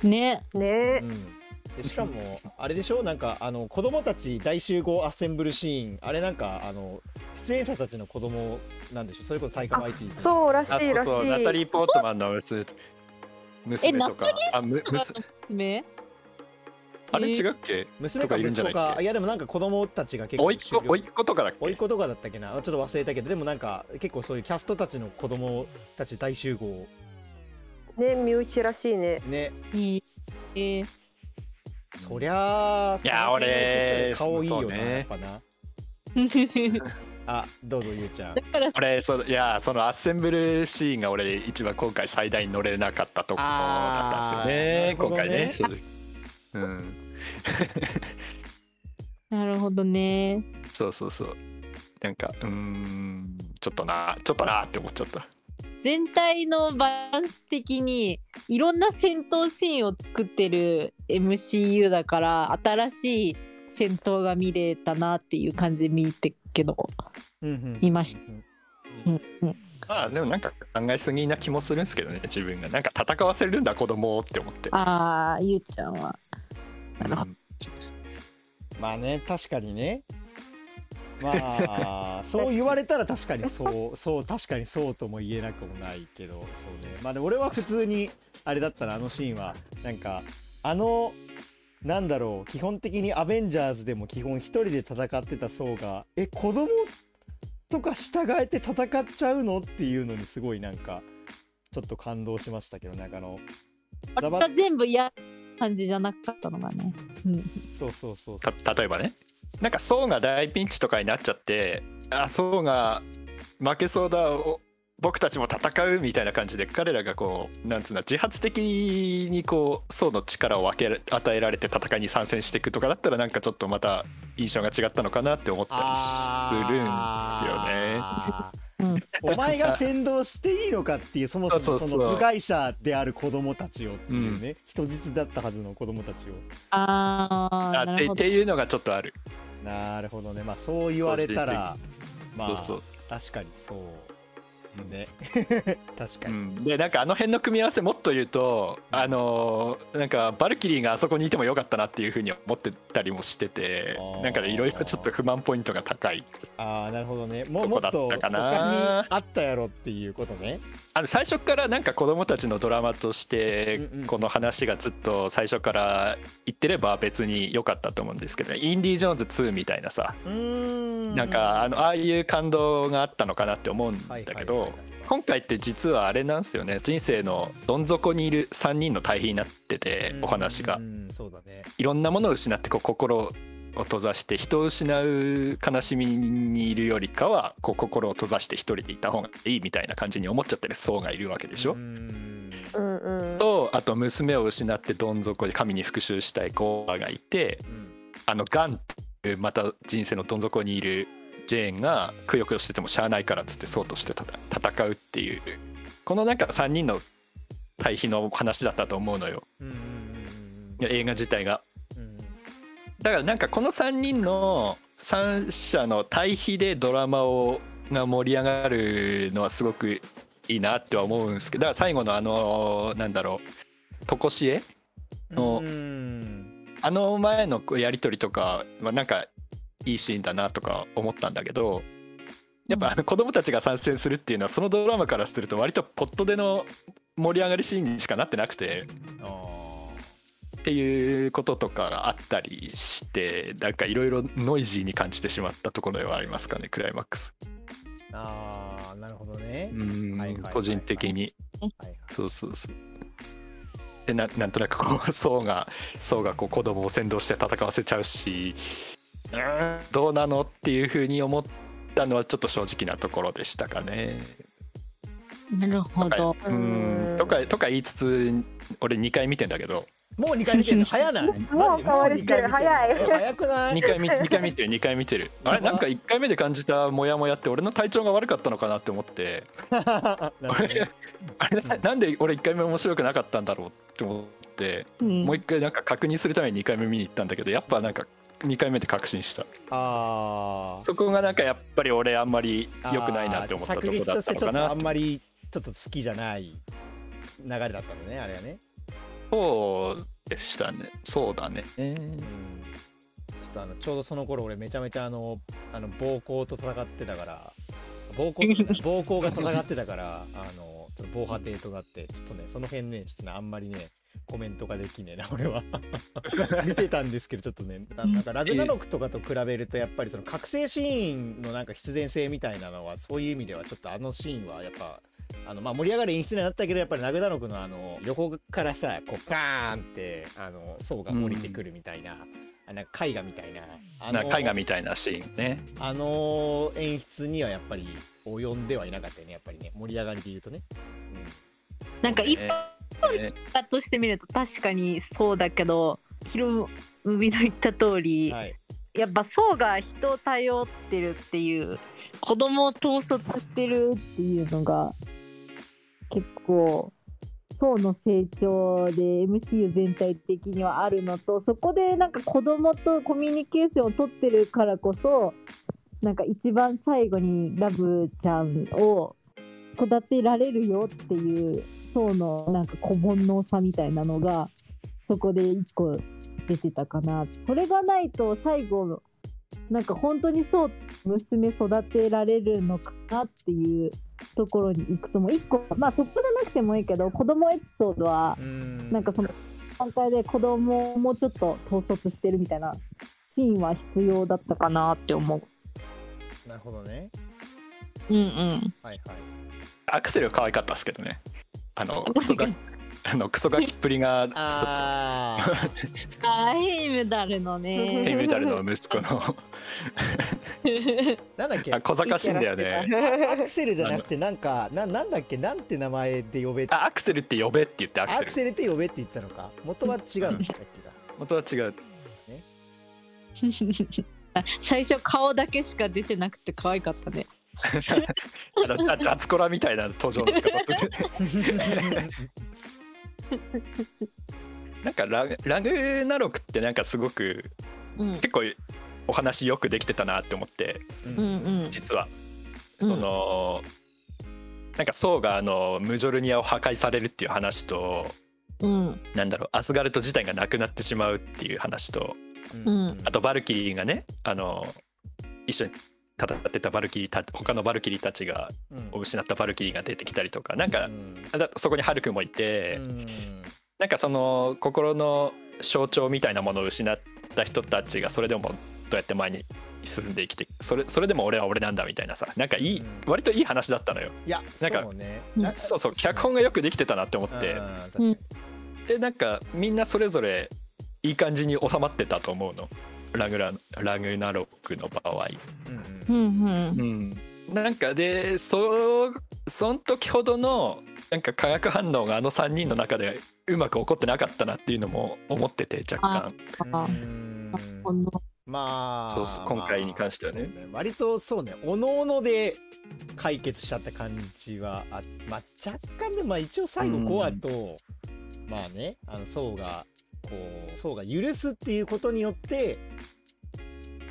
A: 子、
C: ね
D: ね
A: うん、でしかもあれでしょなんかあの子供たち大集合アッセンブルシーンあれなんかあの出演者たちの子供なんでしょそれこそ体育会 IT の
D: そうらし
B: あそ
D: いうらし
B: そうナタリ
D: い
B: ー・ポートマンの娘娘とかあむ娘
C: 娘
B: あれ違うっけ
A: 娘
B: と
A: か
B: かいるん
A: 息
B: じゃ
A: 子
B: ないっけ
A: かいやでもなんか子供たちが結構
B: おいっ子
A: 終了
B: おいっ子とかだっけ
A: 甥っ子とかだったっけなちょっと忘れたけどでもなんか結構そういうキャストたちの子供たち大集合
D: ね身内らしいね
A: ね
C: にえー
A: そりゃあ
B: いやー
A: その辺の
B: 俺
A: 顔いいよ
B: そう
A: な、
B: ね
A: やっぱなあどうぞゆうちゃん
C: だから
B: 俺そういやそのアッセンブルシーンが俺一番今回最大に乗れなかったとこだったんですよね
A: あー
B: 今回
A: な
B: ね
A: る
B: 正直うん
C: なるほどね
B: そうそうそうなんかうーんちょっとなちょっとなって思っちゃった
C: 全体のバランス的にいろんな戦闘シーンを作ってる MCU だから新しい戦闘が見れたなっていう感じで見てっけど
A: うんうん
C: 見ました
A: うん
C: うんうん
B: まあでもなんか考えすぎな気もするんですけどね自分がなんか戦わせるんだ子供をって思って
C: あーゆうちゃんはなるほ
B: うん
A: まあね確かにねまあそう言われたら確かにそうそう確かにそうとも言えなくもないけどそうねまあでも俺は普通にあれだったらあのシーンはなんかあのなんだろう基本的にアベンジャーズでも基本一人で戦ってた層がえ子供とか従えて戦っちゃうのっていうのにすごいなんかちょっと感動しましたけどなんかあの
C: あれが全部嫌な感じじゃなかったのがね、うん、
A: そうそうそうそう
B: た例えばねなんか宋が大ピンチとかになっちゃってあ宋が負けそうだお僕たちも戦うみたいな感じで彼らがこうなんつうの自発的にこう宋の力を分け与えられて戦いに参戦していくとかだったらなんかちょっとまた印象が違ったのかなって思ったりするんですよね。
A: あ
C: う
A: ー
C: ん
A: お前が先導していいのかっていうそもそ
B: そう
A: も
B: そうそ
A: そうの部外者である子供たちをっていうね、人質だったはずの子供たちを
C: ああ
B: あ
C: な
B: っ
C: る
B: て
C: ほ
B: っ
C: ど
B: ていうのがちょっとある。
A: なるほどねまあそう言われたらまあ
B: そうそう
A: 確かにそうね 確か
B: う
A: に、
B: ん、でなんかあの辺の組み合わせもっと言うとあのーなんかバルキリーがあそこにいてもよかったなっていうふうに思ってたりもしてて
A: あー
B: なんかいろいろちょっと不満ポイントが高い
A: ああなるほどねもう
B: ど
A: も
B: こ
A: っ
B: だっ
A: と他
B: たか
A: に
B: な
A: あったやろっていうことね
B: あの最初からなんか子供たちのドラマとして
A: うんうん
B: この話がずっと最初から言ってれば別に良かったと思うんですけど、インディ・ージョーンズ2みたいなさ
A: うーん
B: なんかあのああいう感動があったのかなって思うん
A: は
B: だ
A: いはいはいはい
B: けど今回って実はあれなんですよね人生のどん底にいる3人の対比になっててお話が
A: う。んそうだね
B: いろんなものを失ってこう心を閉ざして人を失う悲しみにいるよりかはこう心を閉ざして一人でいた方がいいみたいな感じに思っちゃってる層がいるわけでしょ。
A: うーん
D: うんうん
B: とあと娘を失ってどん底で神に復讐したい子がいて
A: うん
B: あのガンっていうまた人生のどん底にいるジェーンがくよくよしててもしゃあないからっつってそうとしてたた戦うっていうこのなんか3人の対比の話だったと思うのよ
A: うんうん
B: 映画自体が。
A: うんうん
B: だからなんかこの3人の3者の対比でドラマをが盛り上がるのはすごくいいなっては思うんですけどだから最後のあのなんだろうとこしえの
A: うんうん
B: あの前のこうやり取りとかはなんかいいシーンだなとか思ったんだけどやっぱあの子供たちが参戦するっていうのはそのドラマからすると割とポットでの盛り上がりシーンにしかなってなくて。
A: あー
B: っていうこととかがあったりしてなんかいろいろノイジーに感じてしまったところではありますかねクライマックス
A: あーなるほどね
B: う、ん
A: はいはいはい
B: 個人的に
A: はいはい
B: そうそうそうでななんとなくこう 層が層がこう子供を先導して戦わせちゃうしうーんどうなのっていうふうに思ったのはちょっと正直なところでしたかね
C: なるほど
B: うんとかとか言いつつ俺2回見てんだけど
A: もう2回見て る早ない
D: もう変わりしてる
A: マジもう二回見る
D: 早い
A: 早くない
B: 2回見二回見てる2回見てるあれなんか1回目で感じたモヤモヤって俺の体調が悪かったのかなって思って
A: なるほどね
B: あれななんで俺1回目面白くなかったんだろうって思って
C: うん
B: もう1回なんか確認するために2回目見に行ったんだけどやっぱなんか2回目で確信した
A: あー
B: そこがなんかやっぱり俺あんまり
A: あ
B: 良くないなって思ったところだったの
A: 作劇と
B: か
A: してちょっと
B: な
A: あんまりちょっと好きじゃない流れだったのねあれはね、
B: そうでしたねそうだね
A: うん、ちょっとあのちょうどその頃俺めちゃめちゃあのあの暴行と戦ってたから暴 行暴行が戦ってたからあのちょっと防波堤となってちょっとねその辺ねちょっとねあんまりねコメントができねえな俺は 見てたんですけどちょっとねななんかラグナロクとかと比べるとやっぱりその覚醒シーンのなんか必然性みたいなのはそういう意味ではちょっとあのシーンはやっぱあのまあ盛り上がる演出にはなったけどやっぱりラグナロクのあの横からさこうバーンってあの層が降りてくるみたいな、あなんか絵画みたいなあ
B: な
A: の
B: んか絵画みたいなシーンね
A: あの演出にはやっぱり及んではいなかったよねやっぱりね盛り上がりで言うとね、うん
C: なんか一
B: ねね
C: 般として見ると確かにそうだけどヒロ海の言った通り、
A: はい、
C: やっぱ層が人を頼ってるっていう子供を統率してるっていうのが結構層の成長で MCU 全体的にはあるのとそこでなんか子供とコミュニケーションを取ってるからこそなんか一番最後にラブちゃんを育てられるよっていう層のなんか小煩悩さみたいなのがそこで一個出てたかなそれがないと最後なんか本当にそう娘育てられるのかなっていうところに行くともう一個まあそこじゃなくてもいいけど子供エピソードは
A: うん
C: なんかその段階で子供をもうちょっと統率してるみたいなシーンは必要だったかなって思う。
A: なるほどね
C: うんうん、
A: はい はい
B: アクセル可愛かったですけどねあの
C: あ
B: クソガ
C: 確
B: あのクソガキっぷりがちょっと
A: ああ
C: あヘイムダルの
D: ね
B: ヘイメタルの息子の
A: なんだっけ
B: あ
A: ア
B: 小賢しいんだよね
A: クセルじゃなくてなんかななんだっけなんて名前で呼べ
B: あアクセルって呼べって言ってアク
A: ア
B: セ
A: ク
B: ル
A: セルって呼べって言ったのか元は違うんだっけな
B: 元は違う
C: 最初顔だけしか出てなくて可愛かったね。
B: あ雑コラみたいな登場の仕方する なんかラグラグナロクってなんかすごく
C: うん
B: 結構お話よくできてたなって思って
C: うんうん
B: 実は
C: うん
B: その、なんかソウがあのムジョルニアを破壊されるっていう話と
C: うん
B: なんだろうアスガルト自体がなくなってしまうっていう話と
A: うん
B: あとバルキリーがねあの一緒に戦ってたバルキリーた他のバルキリーたちが
A: うん
B: を失ったバルキリーが出てきたりとかなんか
A: う、ん
B: あだそこにハルクもいて、
A: うん
B: なんかその心の象徴みたいなものを失った人たちがそれでもどうやって前に進んで生きてそれそれでも俺は俺なんだみたいなさなんかいい、
A: うん
B: 割といい話だったのよ
A: いや
B: なんか
A: そうね
C: うん
A: なんか
B: そうそう脚本がよくできてたなって思って
A: うん確かに
B: でなんかみんなそれぞれいい感じに収まってたと思うのラグララグナロックの場合、
A: うんうん
C: うんうん
B: うん、なんかでそその時ほどのなんか化学反応があの3人の中でうまく起こってなかったなっていうのも思ってて若干
C: あ
A: うん
C: この
A: まあ
B: そうそう今回に関してはね
A: そう割とそうねおのおので解決しちゃった感じはあまあ若干でもまあ一応最後
B: うん
A: コアと、まあねあの層がこう層が許すっていうことによって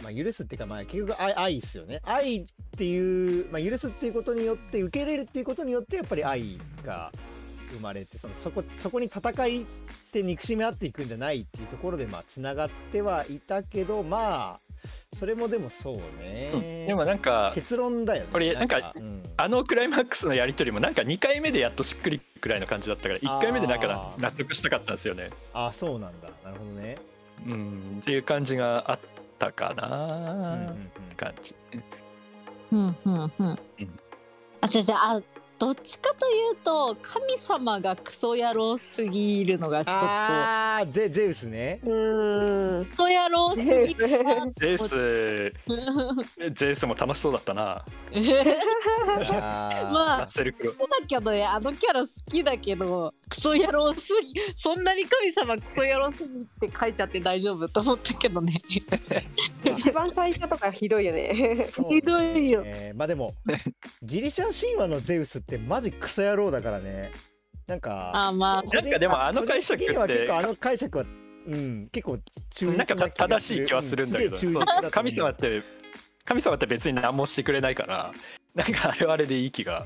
A: まあ許すっていうかまあ結局愛愛ですよね愛っていう、まあ、許すっていうことによって受け入れるっていうことによってやっぱり愛が生まれてそのそこそこに戦いって憎しみ合っていくんじゃないっていうところでまあつながってはいたけどまあそれもでもそうね、
B: うんでもなんか
A: 結論だよね
B: これなんか
A: うん
B: あのクライマックスのやり取りもなんか2回目でやっとしっくりくらいの感じだったから1回目でなんか
A: あー
B: 納得したかったんですよね。
A: ああそうなんだなるほどね、
B: うん、っていう感じがあったか
A: うん
B: な、
A: うんう
B: っ
A: ん
B: て感じ。
C: うんうんうん。あ、じゃじゃあ、どっちかというと、神様がクソ野郎すぎるのがちょっと。
A: ああゼゼウスね
D: うーん
C: クソ野郎すぎ る。
B: ゼウスゼウスも楽しそうだったな。
A: ま
C: ま
B: ラ
C: あ
B: ッ、セルクロウ
C: そうだけどね、あのキャラ好きだけど、クソ野郎すぎ、そんなに神様クソ野郎すぎって書いちゃって大丈夫と思ったけどね。
D: 一番最初とかひどいよね
C: ひどいよ
A: えーまあでもギリシャ神話のゼウスってマジクソ野郎だからねなんか
C: あ、まあ、。
A: 個人
B: なんかでもあの解釈っ
A: 個人的
B: て
A: には結構あの解釈はうん結構中立
B: なんか
A: な気が
B: 正
A: す
B: しい
A: る
B: 気はするんだけど、
A: うすげえ
B: そ
A: 中
B: う
A: 立だと思う
B: 神様って神様って別に何もしてくれないからなんかあれはあれでいい気が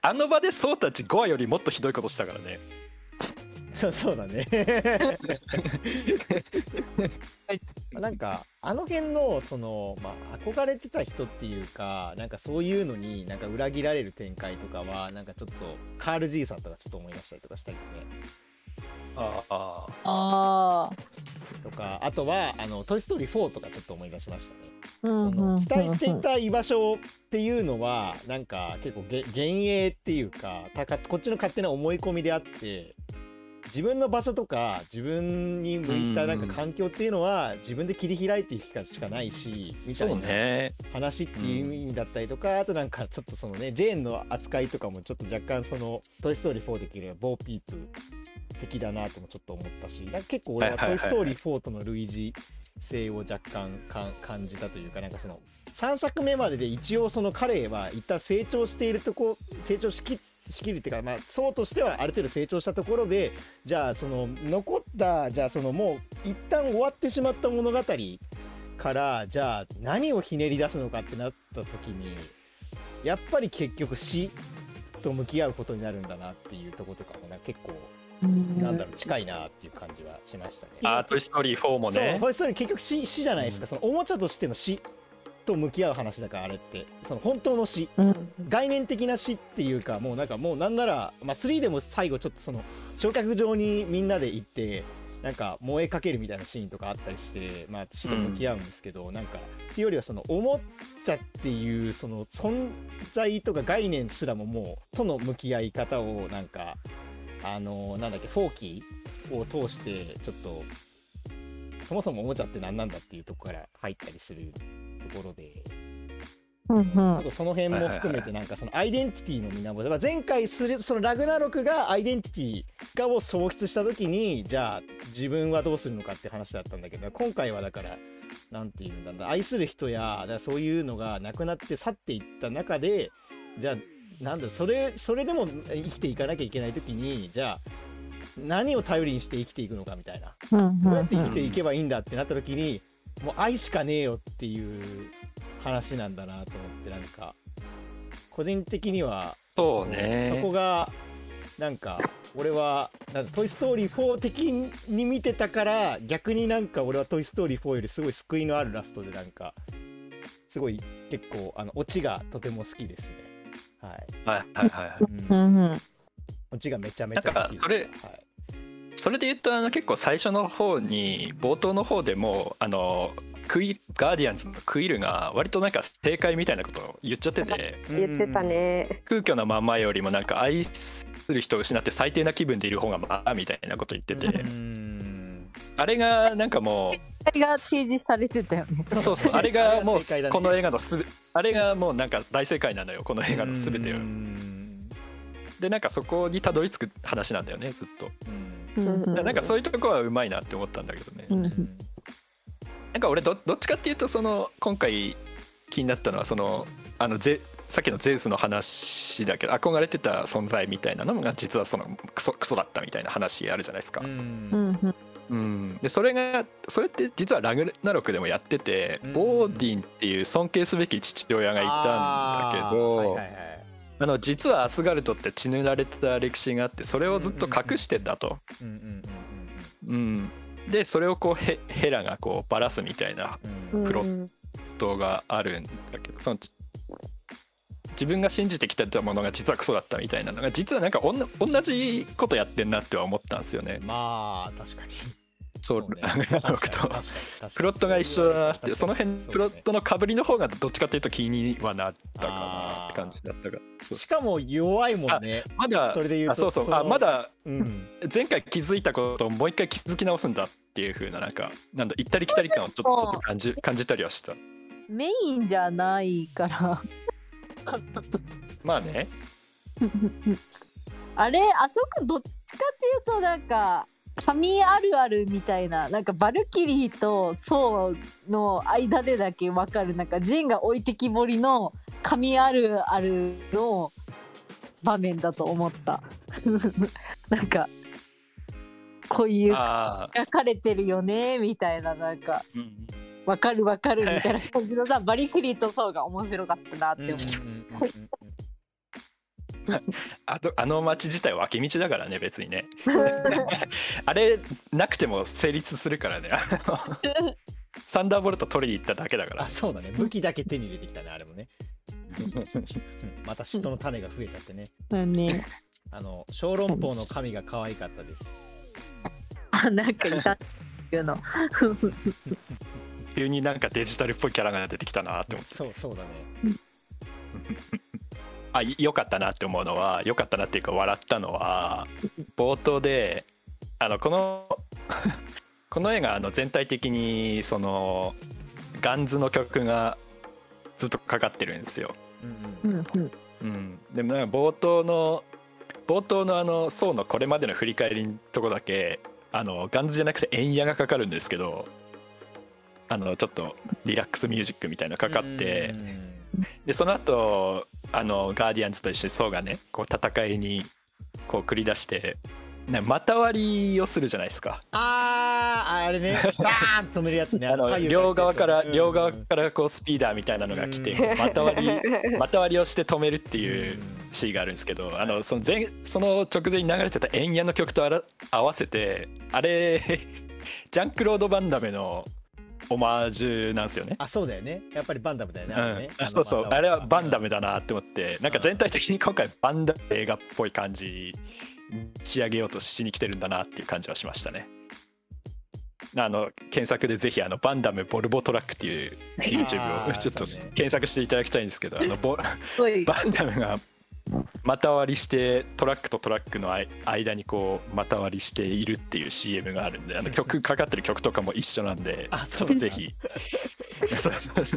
B: あの場でソウたちゴアよりもっとひどいことしたからね。
A: そうそうだねなんかあの辺のその、まあ、憧れてた人っていうかなんかそういうのになんか裏切られる展開とかはなんかちょっとカール爺さんとかちょっと思い出したりとかしたりね
B: ああ
C: ああ
A: とかあとは「あのトイ・ストーリー4」とかちょっと思い出しましたね。
C: うん
A: そうの
C: ん
A: 期待していた居場所っていうのはなんか結構げ幻影っていうかたかこっちの勝手な思い込みであって自分の場所とか自分に向いたなんか環境っていうのは自分で切り開いていくしかないしみた
B: そ
A: いうな
B: ね
A: 話っていう意味だったりとか、あとなんかちょっとそのねジェーンの扱いとかもちょっと若干その「トイ・ストーリー4」できるボーピープ的だなともちょっと思ったしなんか結構俺は「
B: は
A: ト
B: いはい
A: イ・
B: はいは
A: ス
B: い
A: トーリー4」との類似性を若干かん感じたというかなんかその3作目までで一応その彼は一旦成長しているとこ成長しきしきるっていうかまあそうとしてはある程度成長したところでじゃあその残ったじゃあそのもう一旦終わってしまった物語からじゃあ何をひねり出すのかってなった時にやっぱり結局死と向き合うことになるんだなっていうところとかもなんか結構なんだろう近いなっていう感じはしましたね。
B: あートイ・ストーリー4も
A: そう
B: ね
A: これそれ結局死死じゃないですか、
B: うん
A: そのおもちゃとしての死と向き合う話だからあれってその本当の死
C: うん
A: 概念的な死っていうかもうなんかもうなんなら、まあ、3でも最後ちょっとその焼却場にみんなで行ってなんか燃えかけるみたいなシーンとかあったりして、まあ、死と向き合うんですけど、なんかっていうよりはそのおもちゃっていうその存在とか概念すらももうとの向き合い方をなんかあのなんだっけフォーキーを通してちょっとそもそもおもちゃって何なんだっていうとこから入ったりするところで
C: うんうん
A: ちょっとその辺も含めてなんかそのアイデンティティの源、まあ、前回するそのラグナロクがアイデンティティがを喪失した時にじゃあ自分はどうするのかって話だったんだけど今回はだからなんていうんだろうな愛する人やだからそういうのがなくなって去っていった中でじゃあなんだそれそれでも生きていかなきゃいけない時にじゃあ何を頼りにして生きていくのかみたいな
C: うん
A: どうやって生きていけばいいんだってなった時にもう愛しかねえよっていう話なんだなと思ってなんか個人的には
B: そうね
A: そこがなんか俺は「なんかトイ・ストーリー4」的に見てたから逆になんか俺は「トイ・ストーリー4」よりすごい救いのあるラストでなんかすごい結構あのオチがとても好きですね。はい、
B: はいはいはい はい
A: うん
C: うんうん
A: オチがめちゃめちゃ好きで
B: なん
A: す
B: かそれ
A: はい
B: それで言うとあの結構最初の方に冒頭の方でもあのクイガーディアンズのクイルが割となんか正解みたいなことを言っちゃってて
D: 言ってたね。
B: 空虚なままよりもなんか愛する人を失って最低な気分でいる方がまあみたいなこと言ってて
A: うん
B: あれがなんかも
C: それが提示されてたよね
B: うそうそうあれがもう
A: 正解だね
B: この映画のすべあれがもうなんか大正解なのよこの映画のすべてを
A: うん
B: でなんかそこにたどり着く話なんだよねずっと
A: う
C: うんうん
D: う
B: なんかそういうとこはうまいなって思ったんだけどね、
C: うん
A: ん
B: なんか俺どどっちかっていうとその今回気になったのはそのあのゼさっきのゼウスの話だけど憧れてた存在みたいなのが実はそのクソクソだったみたいな話あるじゃないですか
A: う、
C: うんんうん
B: うんでそれがそれって実はラグナロクでもやってて、
A: うん
B: オーディンっていう尊敬すべき父親がいたんだけど
A: あーはいはいはい
B: あの実はアスガルトって血塗られた歴史があってそれをずっと隠してたと、
A: うんうんうんうん
B: うんでそれをこうヘヘラがこうバラすみたいな
A: うんうん
B: プロ
D: うん
B: ことがあるんだけどそのじ自分が信じてきてたものが実はクソだったみたいなのが実はなんかおんな同じことやってんなっては思ったんですよね。
A: まあ確かに
B: そう
A: ね
B: ラグナロクと
A: 確かに確かに確かに
B: プロットが一緒だなっ
A: 確か
B: て
A: に
B: その辺
A: そうね
B: プロットのかぶりの方がどっちかというと気にはなったかな
A: あー
B: って感じだったがそう
A: しかも弱いもんね
B: まだ
A: それで言うと
B: あそうそう
A: の
B: あまだ
A: うん
B: 前回気づいたことをもう一回気づき直すんだっていう風ななんかなんだ行ったり来たり感をちょっとちょっと感じ感じたりはした
C: メインじゃないから
B: まあね
C: あれあそこどっちかっていうとなんか神あるあるみたいななんかバルキリーとソウの間でだけ分かるなんかジンが置いてきぼりの神あるあるの場面だと思った なんかこういう
B: ああ
C: 描かれてるよねみたいななんか
B: うん
C: 分かる分かるみたいな感じのさバルキリーとソウが面白かったなっ
A: う
C: て
A: んうん
C: 思う。
B: あとあの町自体脇道だからね別にね あれなくても成立するからねあの サンダーボルト取りに行っただけだ から
A: あ、そうだね。武器だけ手に入れてきたね、あれもね。うんまた嫉妬の種が増えちゃってね。
C: だ ね。
A: あの、小籠包の神が可愛かったです。
C: あ、なんかいたっていうの。
B: 急になんかデジタルっぽいキャラが出てきたなって思って
A: そうそうだね。
B: あい良かったなって思うのは良かったなっていうか笑ったのは冒頭であのこの この映画あの全体的にそのガンズの曲がずっとかかってるんですよ。
A: うんうん
C: うんうん
B: うん、でもなんか冒頭の冒頭のあの層のこれまでの振り返りのとこだけあのガンズじゃなくて円矢がかかるんですけどあのちょっとリラックスミュージックみたいなのかかって。
A: うん
B: でその後あのガーディアンズと一緒にソウがねこう戦いにこう繰り出して、ね、また割りをするじゃないですか
A: あーああれ ねバーンと止めるやつね
B: あの
A: 左右
B: 両側から
A: うん
B: 両側からこうスピーダーみたいなのが来
A: う
B: てま た割 りまた割りをして止めるっていううんシーンがあるんですけどあのその前その直前に流れてた「円矢」の曲とあら合わせてあれ ジャンクロード・バンダメのオマージュなんですよね。
A: あそうだよねやっぱりバンダムだよね,
B: う
A: れね、
B: ん、あそうそうあれはバンダムだなって思ってなんか全体的に今回バンダム映画っぽい感じに仕上げようとしに来てるんだなっていう感じはしましたねあの検索でぜひあのバンダムボルボトラックっていう YouTube
A: あ
B: を
A: ー
B: ちょっと
A: そうね
B: 検索していただきたいんですけどあ のボ
C: すごい。
B: バンダムが股割りしてトラックとトラックのあい間にこう股割りしているっていう CM があるんであの曲かかってる曲とかも一緒なんで
A: あ
B: ち
A: そ
B: ょ
A: う
B: っと
A: なんだ
B: ぜひそうそうそ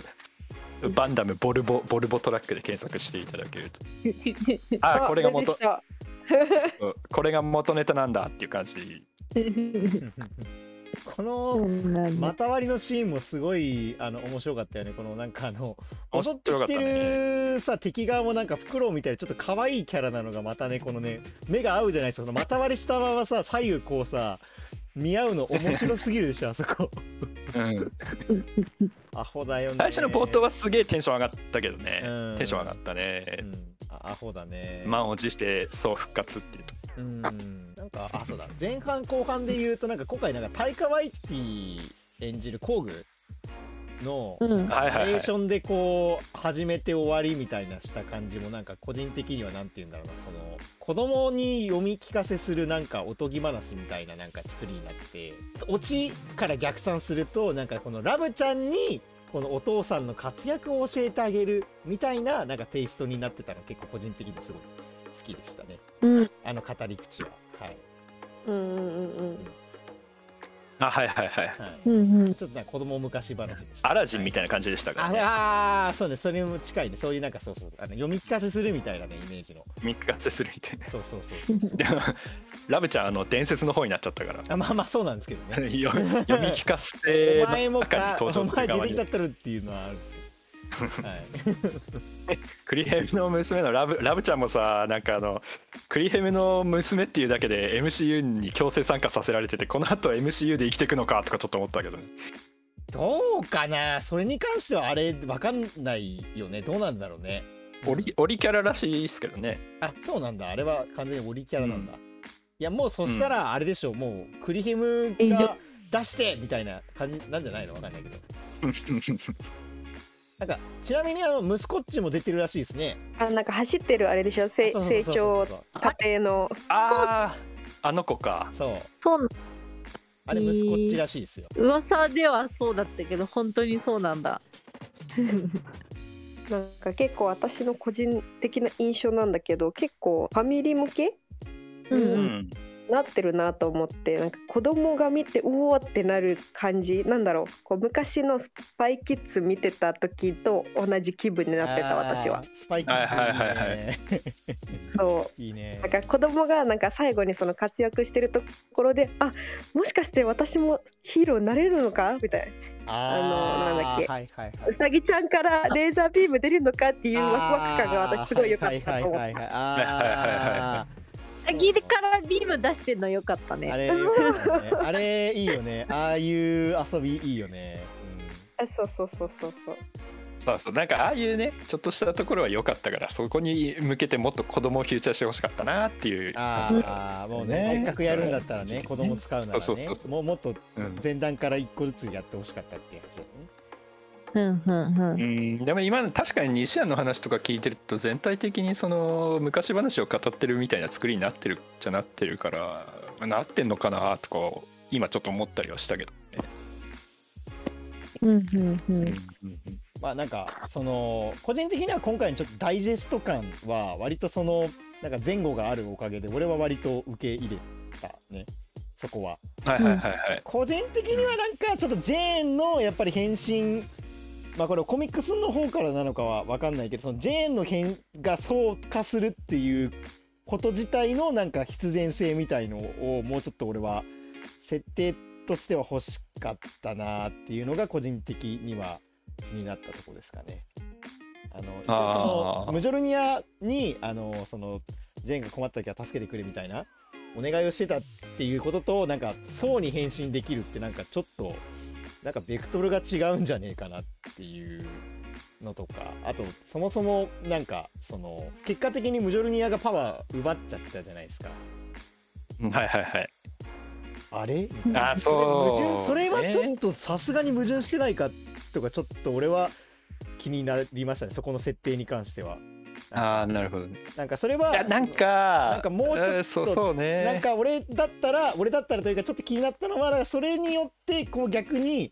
B: う バンダムボルボボルボトラックで検索していただ けるとあこれが元
D: 出てきた
B: これが元ネタなんだっていう 感じ
A: この股割りのシーンもすごいあの面白かったよねこのなんかあの
B: 面
A: 踊って
B: 白か
A: き
B: ってたね
A: るさ敵側もなんかフクロウみたいなちょっと可愛いキャラなのがまたねこのね目が合うじゃないですかその股割りしたままさ左右こうさ見合うの面白すぎるでしょあそ こ
B: うん
A: アホだよね
B: 最初の冒頭はすげえテンション上がったけどね
A: うん
B: テンション上がったね
A: うん、あアホだね。
B: 満を持してそう復活っていうと
A: うん、なんか、あ、そうだ。前半後半で言うと、なんか今回なんかタイカワイティ演じる工具の。
C: う
B: はい
C: ん。
A: ナ
B: はい
A: レー
B: はい
A: ションでこう始めて終わりみたいなした感じもなんか個人的には何て言うんだろうなその子供に読み聞かせするなんかおとぎ話みたいななんか作りになってオチから逆算するとなんかこのラブちゃんにこのお父さんの活躍を教えてあげるみたいななんかテイストになってたの結構個人的にすごい好きでしたね
C: うん。
A: あの語り口ははい、
D: うんうんうんうん
B: あはいはいはい
A: はい
C: うん。
A: ちょっとなんか子供昔話でした
B: アラジンみたいな感じでしたからね
A: ああーそうねそれも近いねそういうなんかそうそうあの読み聞かせするみたいなねイメージの
B: ミックアセスるみたいな
A: そうそうそうそう
B: でもラブちゃんあの伝説の方になっちゃっ たから
A: あまあまあそうなんですけどね
B: よ読み聞かせ
A: お前
B: の
A: も
B: 中に
A: か
B: 登
A: お
B: 場する
A: 前出
B: 側
A: てき
B: に
A: ちゃってるっていうのはあるんですけど、はい、
B: クリヘムの娘のラブラブちゃんもさなんかあのクリヘムの娘っていうだけで MCU に強制参加させられててこの後 MCU で生きていくのかとかちょっと思ったけどね
A: どうかなそれに関してはあれわかんないよねどうなんだろうね
B: オリオリキャラらしいですけどね
A: あそうなんだあれは完全にオリキャラなんだ、いやもうそしたらあれでしょう、もうクリヒム
C: 以
A: が
C: 上
A: 出してみたいな感じなんじゃないのわかんないけどなんかちなみにあの息子っちも出てるらしいですね
D: あなんか走ってるあれでしょせい
A: そう
D: 成長
A: そう
D: 過程の
B: あああの子か
A: そうそうそう
C: そうな
A: あれ息子っちらしいですよ、
C: 噂ではそうだったけど本当にそうなんだ。
D: なんか結構私の個人的な印象なんだけど結構ファミリー向け
C: うん
B: う
C: うん
B: ん
D: なってるなと思ってなんか子供が見てうおーってなる感じなんだろうこう昔のスパイキッズ見てた時と同じ気分になってた私は
A: あースパイキッズいいね、、
B: はいはいはいはい
D: そう
A: い ね
D: なんか子供がなんか最後にその活躍してるところであもしかして私もヒーローになれるのかみたいな
A: あ
D: あのなんだっけ
A: ーはいはいは
D: うさぎちゃんからレーザービーム出るのかって
A: い
D: いうワクワク感が私すごい良かったと思
A: あーは
D: う
A: いはいはいはいあー
C: あギリからビーム出してんのよかった
A: あ
C: ね。
A: れよかったねあれいいよねああいう遊びいいよね、
D: あそうそうそうそうそう
A: う
B: そうそうなんかああいうねちょっとしたところは良かったからそこに向けてもっと子供をフューチャーしてほしかったなっていう
A: あ
B: 感じが
A: あもうね
B: ね
A: せっかくやるんだったらね子供使うなら
B: そうそうそうそ
A: ね
B: う
A: もうもっと
B: うん
A: 前段から一個ずつやってほしかったってやつだよね
C: うんうんうん
B: うんでも今の確かに西庵の話とか聞いてると全体的にその昔話を語ってるみたいな作りになってるじゃなってるからなってんのかなとか今ちょっと思ったりはしたけどね。
C: うんうんうん
A: まあなんかその個人的には今回のちょっとダイジェスト感は割とそのなんか前後があるおかげで俺は割と受け入れたねそこは
B: はいはいはいはい。
A: 個人的にはなんかちょっとジェーンのやっぱり変身まあこれコミックスの方からなのかは分かんないけどそのジェーンの変がそう化するっていうこと自体のなんか必然性みたいのをもうちょっと俺は設定としては欲しかったなっていうのが個人的には気になったとこですかね。あの一応そ
B: あ
A: の
B: ー
A: ムジョルニアにあのそのジェーンが困った時は助けてくれみたいなお願いをしてたっていうこととなんか層に変身できるってなんかちょっとなんかベクトルが違うんじゃねえかなっていうのとかあとそもそもなんかその結果的にムジョルニアがパワー奪っちゃったじゃないですか
B: うんはいはいはい。
A: あれ
B: あーそ
A: れ
B: う
A: 矛盾それはちょっ
B: ね
A: とさすがに矛盾してないかとかちょっと俺は気になりましたねそこの設定に関しては
B: ああなるほどね。
A: なんかそれはい
B: やなんか
A: なんかもうちょっと
B: んそうそうね。
A: なんか俺だったら俺だったらというかちょっと気になったのはだからそれによってこう逆に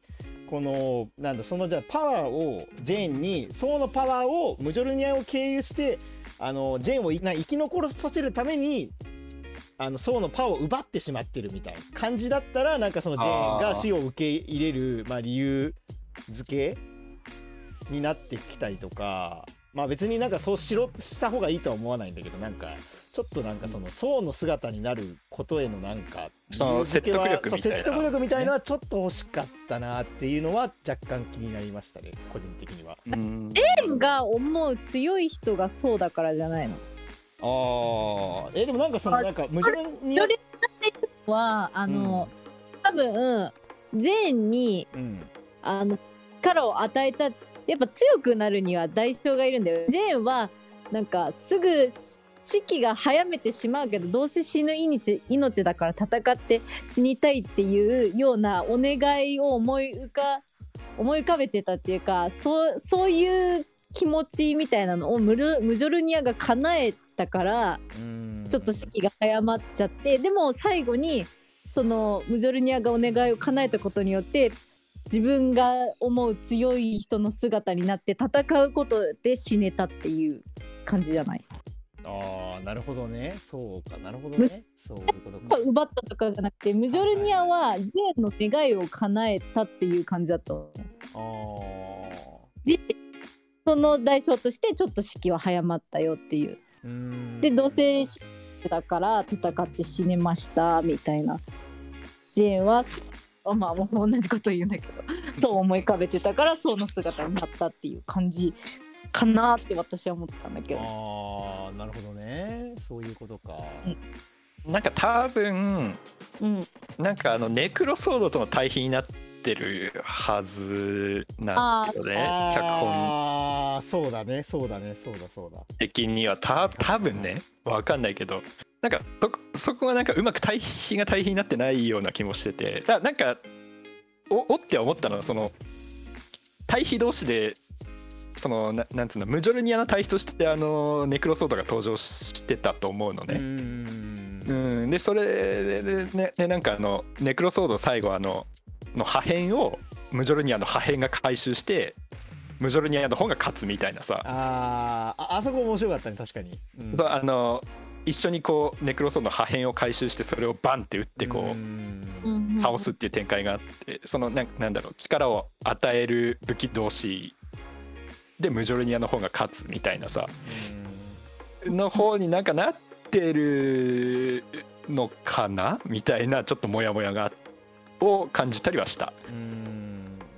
A: このなんだそのじゃあパワーをジェーンにそのパワーをムジョルニアを経由してあのジェーンをいな生き残らさせるためにあのソウのパワーを奪ってしまってるみたいな感じだったらなんかそのジェーンが死を受け入れるまあ、理由付けになってきたりとかまあ別になんかそうしろした方がいいとは思わないんだけどなんかちょっとなんかその層の姿になることへのなんか
B: その説得力
A: そう
B: みたいな
A: 説得力みたいのはちょっと欲しかったなっていうのは若干気になりましたね個人的には。
B: うん
C: が思う強い人がそうだからじゃないの。
A: ああえでもなんかその
C: あ
A: なんか無論に
C: よりはあの、多分ジェーンに
A: うん
C: あの力を与えたやっぱ強くなるには代償がいるんだよ。ジェーンはなんかすぐ死期が早めてしまうけどどうせ死ぬ命命だから戦って死にたいっていうようなお願いを思い浮か思い浮かべてたっていうかそうそういう気持ちみたいなのをムルムジョルニアが叶えたから。
A: うん
C: ちょっと時期が早まっちゃってでも最後にそのムジョルニアがお願いを叶えたことによって自分が思う強い人の姿になって戦うことで死ねたっていう感じじゃない
A: ああなるほどねそうかなるほどねそういうこと
C: や
A: か
C: っぱ奪ったとかじゃなくてムジョルニアはジェーンの願いを叶えたっていう感じだと
A: あー
C: その代償としてちょっと死期は早まったよっていう
A: うん
C: でどうせだから戦って死ねましたみたいなジェーンはあまあもう同じこと言うんだけ どそう思い浮かべてたからその姿になったっていう感じかなって私は思ったんだけど
A: ああなるほどねそういうことか、
B: なんか多分
C: うん
B: なんかあのネクロソードとの対比になってるはずなんですけどね脚本
A: ああそうだねそうだねそうだそうだ
B: 的にはた多分ねわかんないけどなんかそこそこはなんかうまく対比が対比になってないような気もしててだなんかおおって思ったのはその対比同士でそのななんつうのムジョルニアの対比としてあのネクロソードが登場してたと思うのね。
A: うーん
B: うん、でそれででねでなんかあのネクロソード最後あのの破片をムジョルニアの破片が回収してムジョルニアの方が勝つみたいなさ
A: あーああそこ面白かったね確かに、うん
B: そうあの一緒にこうネクロソードの破片を回収してそれをバンって打ってこ
A: ー
B: うん
C: うん
B: 倒すっていう展開があってそのなんなんだろう力を与える武器同士でムジョルニアの方が勝つみたいなさの方になんかなってるのかなみたいなちょっとモヤモヤがを感じたりはした、
A: うーん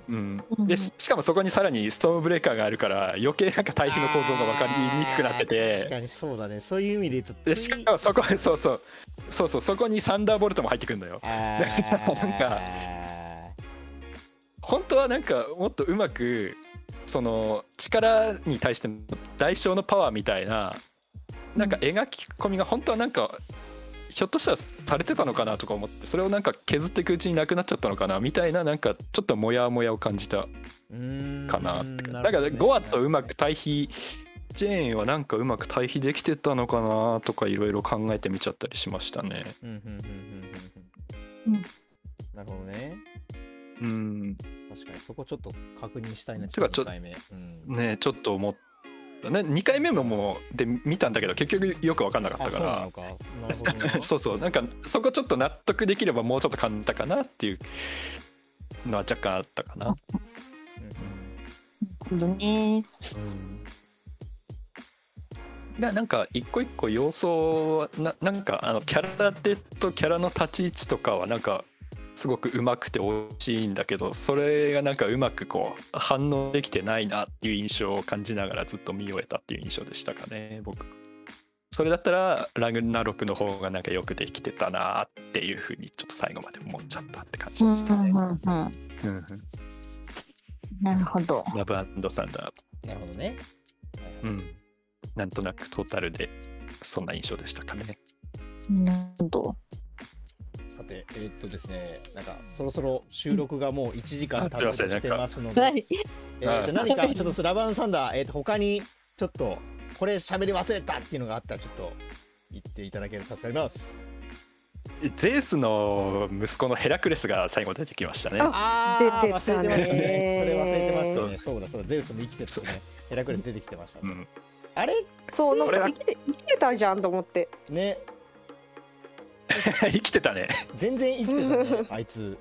B: うん、
C: うん
B: でししかもそこにさらにストームブレーカーがあるから余計なんか対比の構造が分かりにくくなっ
A: あ
B: て
A: ー確
B: て
A: かにそうだねそういう意味で言うと
B: でしかもそこそうそうそうそうそこにサンダーボルトも入ってくるのよ
A: あー
B: なんか本当はなんかもっとうまくその力に対しての代償のパワーみたいななんか描き込みが本当はなんかひょっとしたらされてたのかなとか思ってそれをなんか削っていくうちになくなっちゃったのかなみたいななんかちょっとモヤモヤを感じた
A: うん
B: かなって
A: るほど
B: だ
A: ね
B: から5話とうまく対比チェーンはなんかうまく対比できてたのかなとかいろいろ考えてみちゃったりしましたね
A: うんうんうん
C: う
A: うんうんうん
C: ん
A: なるほどね
B: うん
A: 確かにそこちょっと確認したいな
B: てかちょ
A: っと二回目うん
B: ねちょっと思ったね2回目ももうで見たんだけど結局よく分かんなかっ
A: あ
B: たか
A: そうな
B: ら
A: のかなるほどね
B: そうそうなんかそこちょっと納得できればもうちょっと簡単かなっていうのは若干あったかな
C: 今度ね
B: ななんか一個一個様相はななんかあのキャラでとキャラの立ち位置とかはなんかすごくうまくて美味しいんだけどそれがなんかうまくこう反応できてないなっていう印象を感じながらずっと見終えたっていう印象でしたかね僕それだったらラグナロクの方がなんかよくできてたなっていうふうにちょっと最後まで思っちゃったって感じでしたね、うんうん
C: なるほど
B: ラブサンダー
A: うんなるほどね
B: うん、なんとなくトータルでそんな印象でしたかね。
C: なるほど
A: さてえーっとですねなんかそろそろ収録がもう1時間
B: あ
A: 経
B: すい
A: とう
B: ま
A: としてます
B: せん
A: ので
C: はい
A: えー、じゃあ
B: は
A: 何かちょっとスラバンサンダー、えー、と他にちょっとこれ喋り忘れたっていうのがあったらちょっと言っていただけると助かります。
B: ゼウスの息子のヘラクレスが最後出てきましたね。
A: ああ
D: 出て
A: 忘
D: た
A: れてま
D: ね
A: したね。それ忘れてましたね。そうだそうだゼウスも生きてたしね。ヘラクレス出てきてました
B: う
A: ね。
B: ん、
A: あれ
D: そうなん
B: 俺
D: か
B: は
D: 生きて生きてたじゃんと思 って
A: ね
B: 生きてたね。
A: 全然生きてたねあいつ。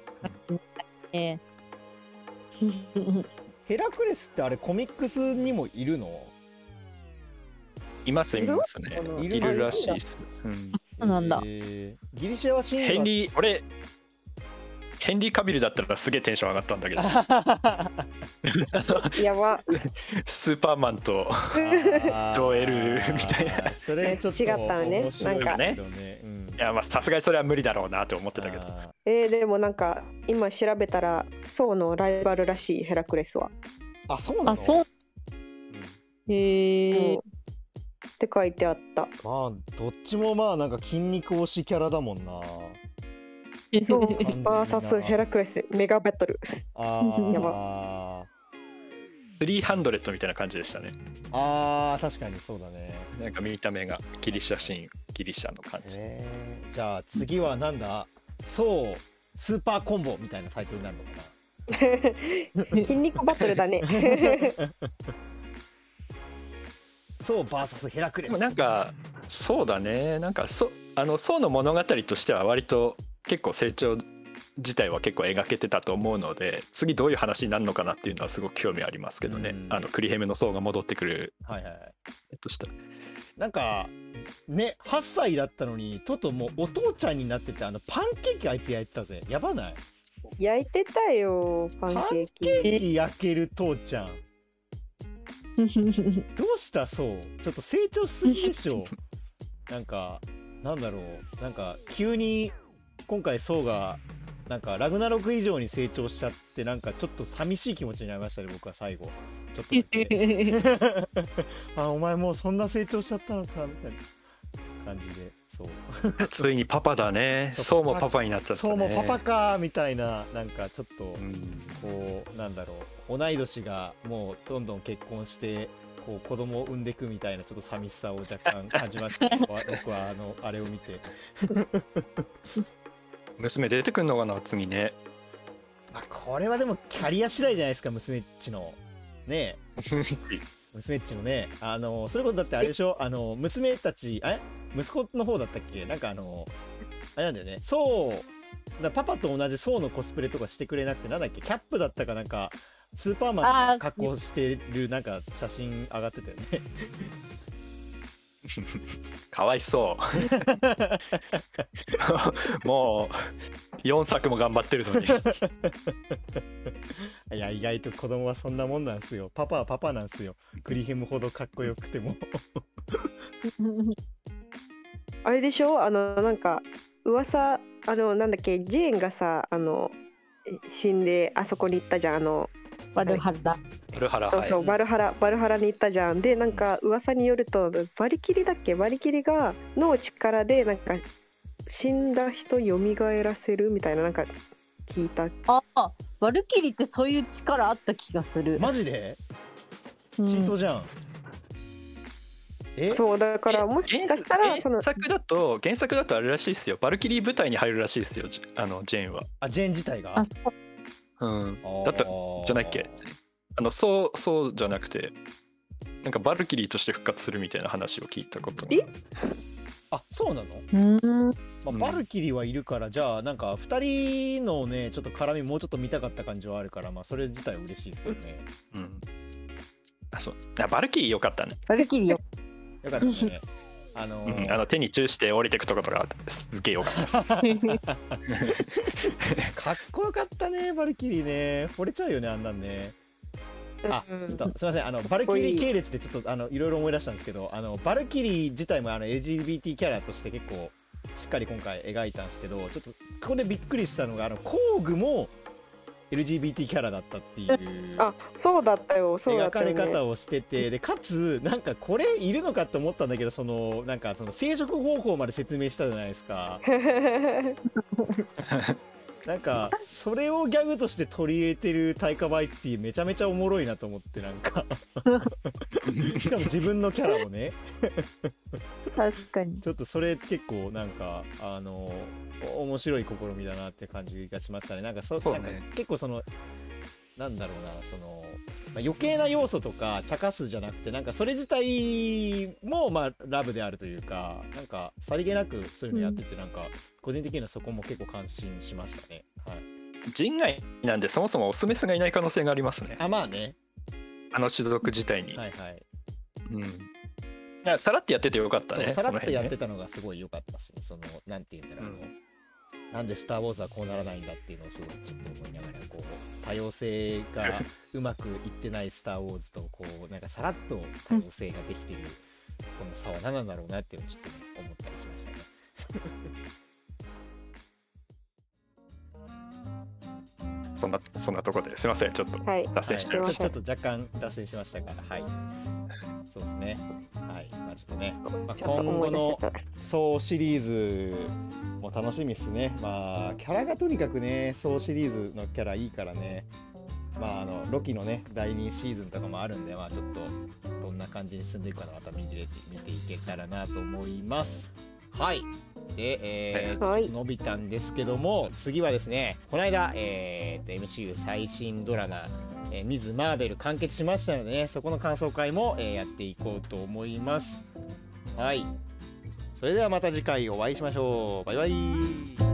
C: えー
A: ヘラクレスってあれコミックスにもいるの？
B: いますいますね。
A: いる
B: いるらしいです。うん、
C: そうなんだ
A: えーギリシャは神
B: ヘン
A: 話。
B: リー、俺、ヘンリー・カビルだったらすげえテンション上がったんだけど、
D: やば
B: スーパーマンと、
A: 超
B: ジョエルみたいな。
A: それちょっと
D: 違ったわね
A: 面白いけど
B: なん
A: うん
B: いや、まあさすがにそれは無理だろうなと思ってたけど、
A: あー
D: えー、でもなんか今調べたらソウのライバルらしいヘラクレスは、
A: あ、そうなの
C: あそうへえ
D: うんって書いてあった
A: まあ、どっちもまあ、なんか筋肉推しキャラだもんな。
D: そう
A: 全にな
D: バーサスヘラクレスメガバ トル
A: あー
D: や
B: 300みたいな感じでしたね。
A: あー、確かにそうだね。
B: なんか見た目がギリシャ神、ギリシャの感じ。
A: えーじゃあ次はなんだそう、スーパーコンボみたいなタイトルになるのかな。
D: 筋肉バトル だね
A: そう、バーサスヘラクレ
B: でも
A: ス。
B: なんかそうだねなんかそあの宋の物語としては割と結構成長自体は結構描けてたと思うので次どういう話になるのかなっていうのはすごく興味ありますけどね、
A: うん
B: あのクリヘムの宋が戻ってくる
A: はいはいはい。
B: えっとしたら
A: なんか、ね、8歳だったのに、とうとうもうお父ちゃんになってて、あの、パンケーキあいつ焼いてたぜ。やばない
D: 焼いてたよパンケーキ
A: ケーキ焼ける父ちゃん。どうしたそうちょっと成長しすぎでしょなんかなんだろうなんか急に今回そうがなんかラグナロク以上に成長しちゃってなんかちょっと寂しい気持ちになりましたね僕は最後ちょっとだけ あお前もうそんな成長しちゃったのかみたいな感じでそう
B: ついにパパだね
A: そう
B: 宋もパパになっちゃったね
A: そうもうパパかみたいななんかちょっと
B: うん
A: こうなんだろう同い年がもうどんどん結婚してこう子供を産んでいくみたいなちょっと寂しさを若干感じました僕は僕はあのあれを見て
B: 娘出てくるのかな次ね
A: まあこれはでもキャリア次第じゃないですか娘っちのねえ娘っちのねあのそれこそだってあれでしょあの娘たちえ息子の方だったっけなんかあのあれなんだよねそうだパパと同じそうのコスプレとかしてくれなくてなんだっけキャップだったかなんかスーパーマンの格好してるなんか写真上がってたよね
B: かわいそ うもう4作も頑張ってるのに
A: いや、意外と子供はそんなもんなんすよ。パパはパパなんすよ。クリヘムほどかっこよくても。
D: あれでしょあのなんか噂あのなんだっけジェーンがさあのえ死んであそこに行ったじゃんあの
C: 悪はだ
B: ルハラ
D: そう
B: はい
D: そうバルハラバルハラに行ったじゃんでなんか噂によるとバリキリだっけバリキリがの力でなんか死んだ人蘇らせるみたいななんか聞いた
C: ああバルキリーってそういう力あった気がする、
A: マジで
C: うん
A: チートじゃん。え
D: そうだからもしかしたら
B: 原
D: その
B: 原作だと原作だとあれらしいですよバルキリー部隊に入るらしいですよジあのジェーンは、
A: あ、ジェーン自体が
C: あそう
B: うん、
A: あー
B: だったじゃないっけあのそうそうじゃなくてなんかバルキリーとして復活するみたいな話を聞いたことが
D: え
A: あ、そうなの
C: うん
A: まあ、
B: うん
A: バルキリーはいるから、じゃあなんか2人のねちょっと絡みもうちょっと見たかった感じはあるからまあそれ自体は嬉しいですけどね
B: うんあそうあバルキリーよかったね、
C: バルキリーよ
A: よかったです ねあの
B: う
A: ー
B: ん、あの手にチューして降りてくとことがすげえよかったです
A: かっこよかったねバルキリーね惚れちゃうよねあんなんねあ
D: うん
A: ちょっとすいませんあのバルキリー系列でちょっとあのいろいろ思い出したんですけどあのバルキリー自体もあの LGBT キャラとして結構しっかり今回描いたんですけどちょっとここでびっくりしたのがあの工具も LGBT キャラだったっていう
D: あそうだったよそうだ
A: 描
D: っ
A: か
D: た
A: れ
D: よ、ね、
A: 方をしててでかつなんかこれいるのかと思ったんだけどそのなんかその生殖方法まで説明したじゃないですか なんかそれをギャグとして取り入れてるタイカバイってめちゃめちゃおもろいなと思ってなん かしかも自分のキャラもね
C: 確かに
A: ちょっとそれ結構なんかあのお面白い試みだなって感じがしましたねなんかそ
B: そう
A: な
B: ね
A: んか結構そのなんだろうなその、まあ、余計な要素とか茶化すじゃなくてなんかそれ自体もまあラブであるというかなんかさりげなくそういうのやっててなんか個人的にはそこも結構感心しましたね、はい、
B: 人外なんでそもそもオスメスがいない可能性がありますね
A: あまあね
B: あの種族自体に、
A: はいはい
B: うんいやさらってやっててよかった
A: そう
B: ね
A: さらっとやっ
B: その辺
A: て
B: ね
A: たのがすごい良かったですねそのなんて言うんだろう、あのなんで「スター・ウォーズ」はこうならないんだっていうのをすごいちょっと思いながらこう多様性 がうまくいってない「スター・ウォーズ」とこうなんかさらっと多様性ができているこの差は何なんだろうなっていうのをちょっとね思ったりしましたね。
B: そんなそんなとこですいませんちょっと
D: はい
B: 脱線してま
A: は
B: し
A: い、
B: た
A: ちょちょっと若干脱線しましたがはいそうですねはいまあちょっとねまあ
D: ちょっと思い出しちゃった
A: そうシリーズも楽しみですね。まあキャラがとにかくね、そうシリーズのキャラいいからね。まああのロキのね第2シーズンとかもあるんで、まあちょっとどんな感じに進んでいくかなまた見れて見ていけたらなと思います。はい。で、えー
D: はい
A: 伸びたんですけども、次はですね、この間、えーと MCU 最新ドラマえー、ミズ・マーベル完結しましたのでねそこの感想会も、えーやっていこうと思いますはいそれではまた次回お会いしましょうバイバイ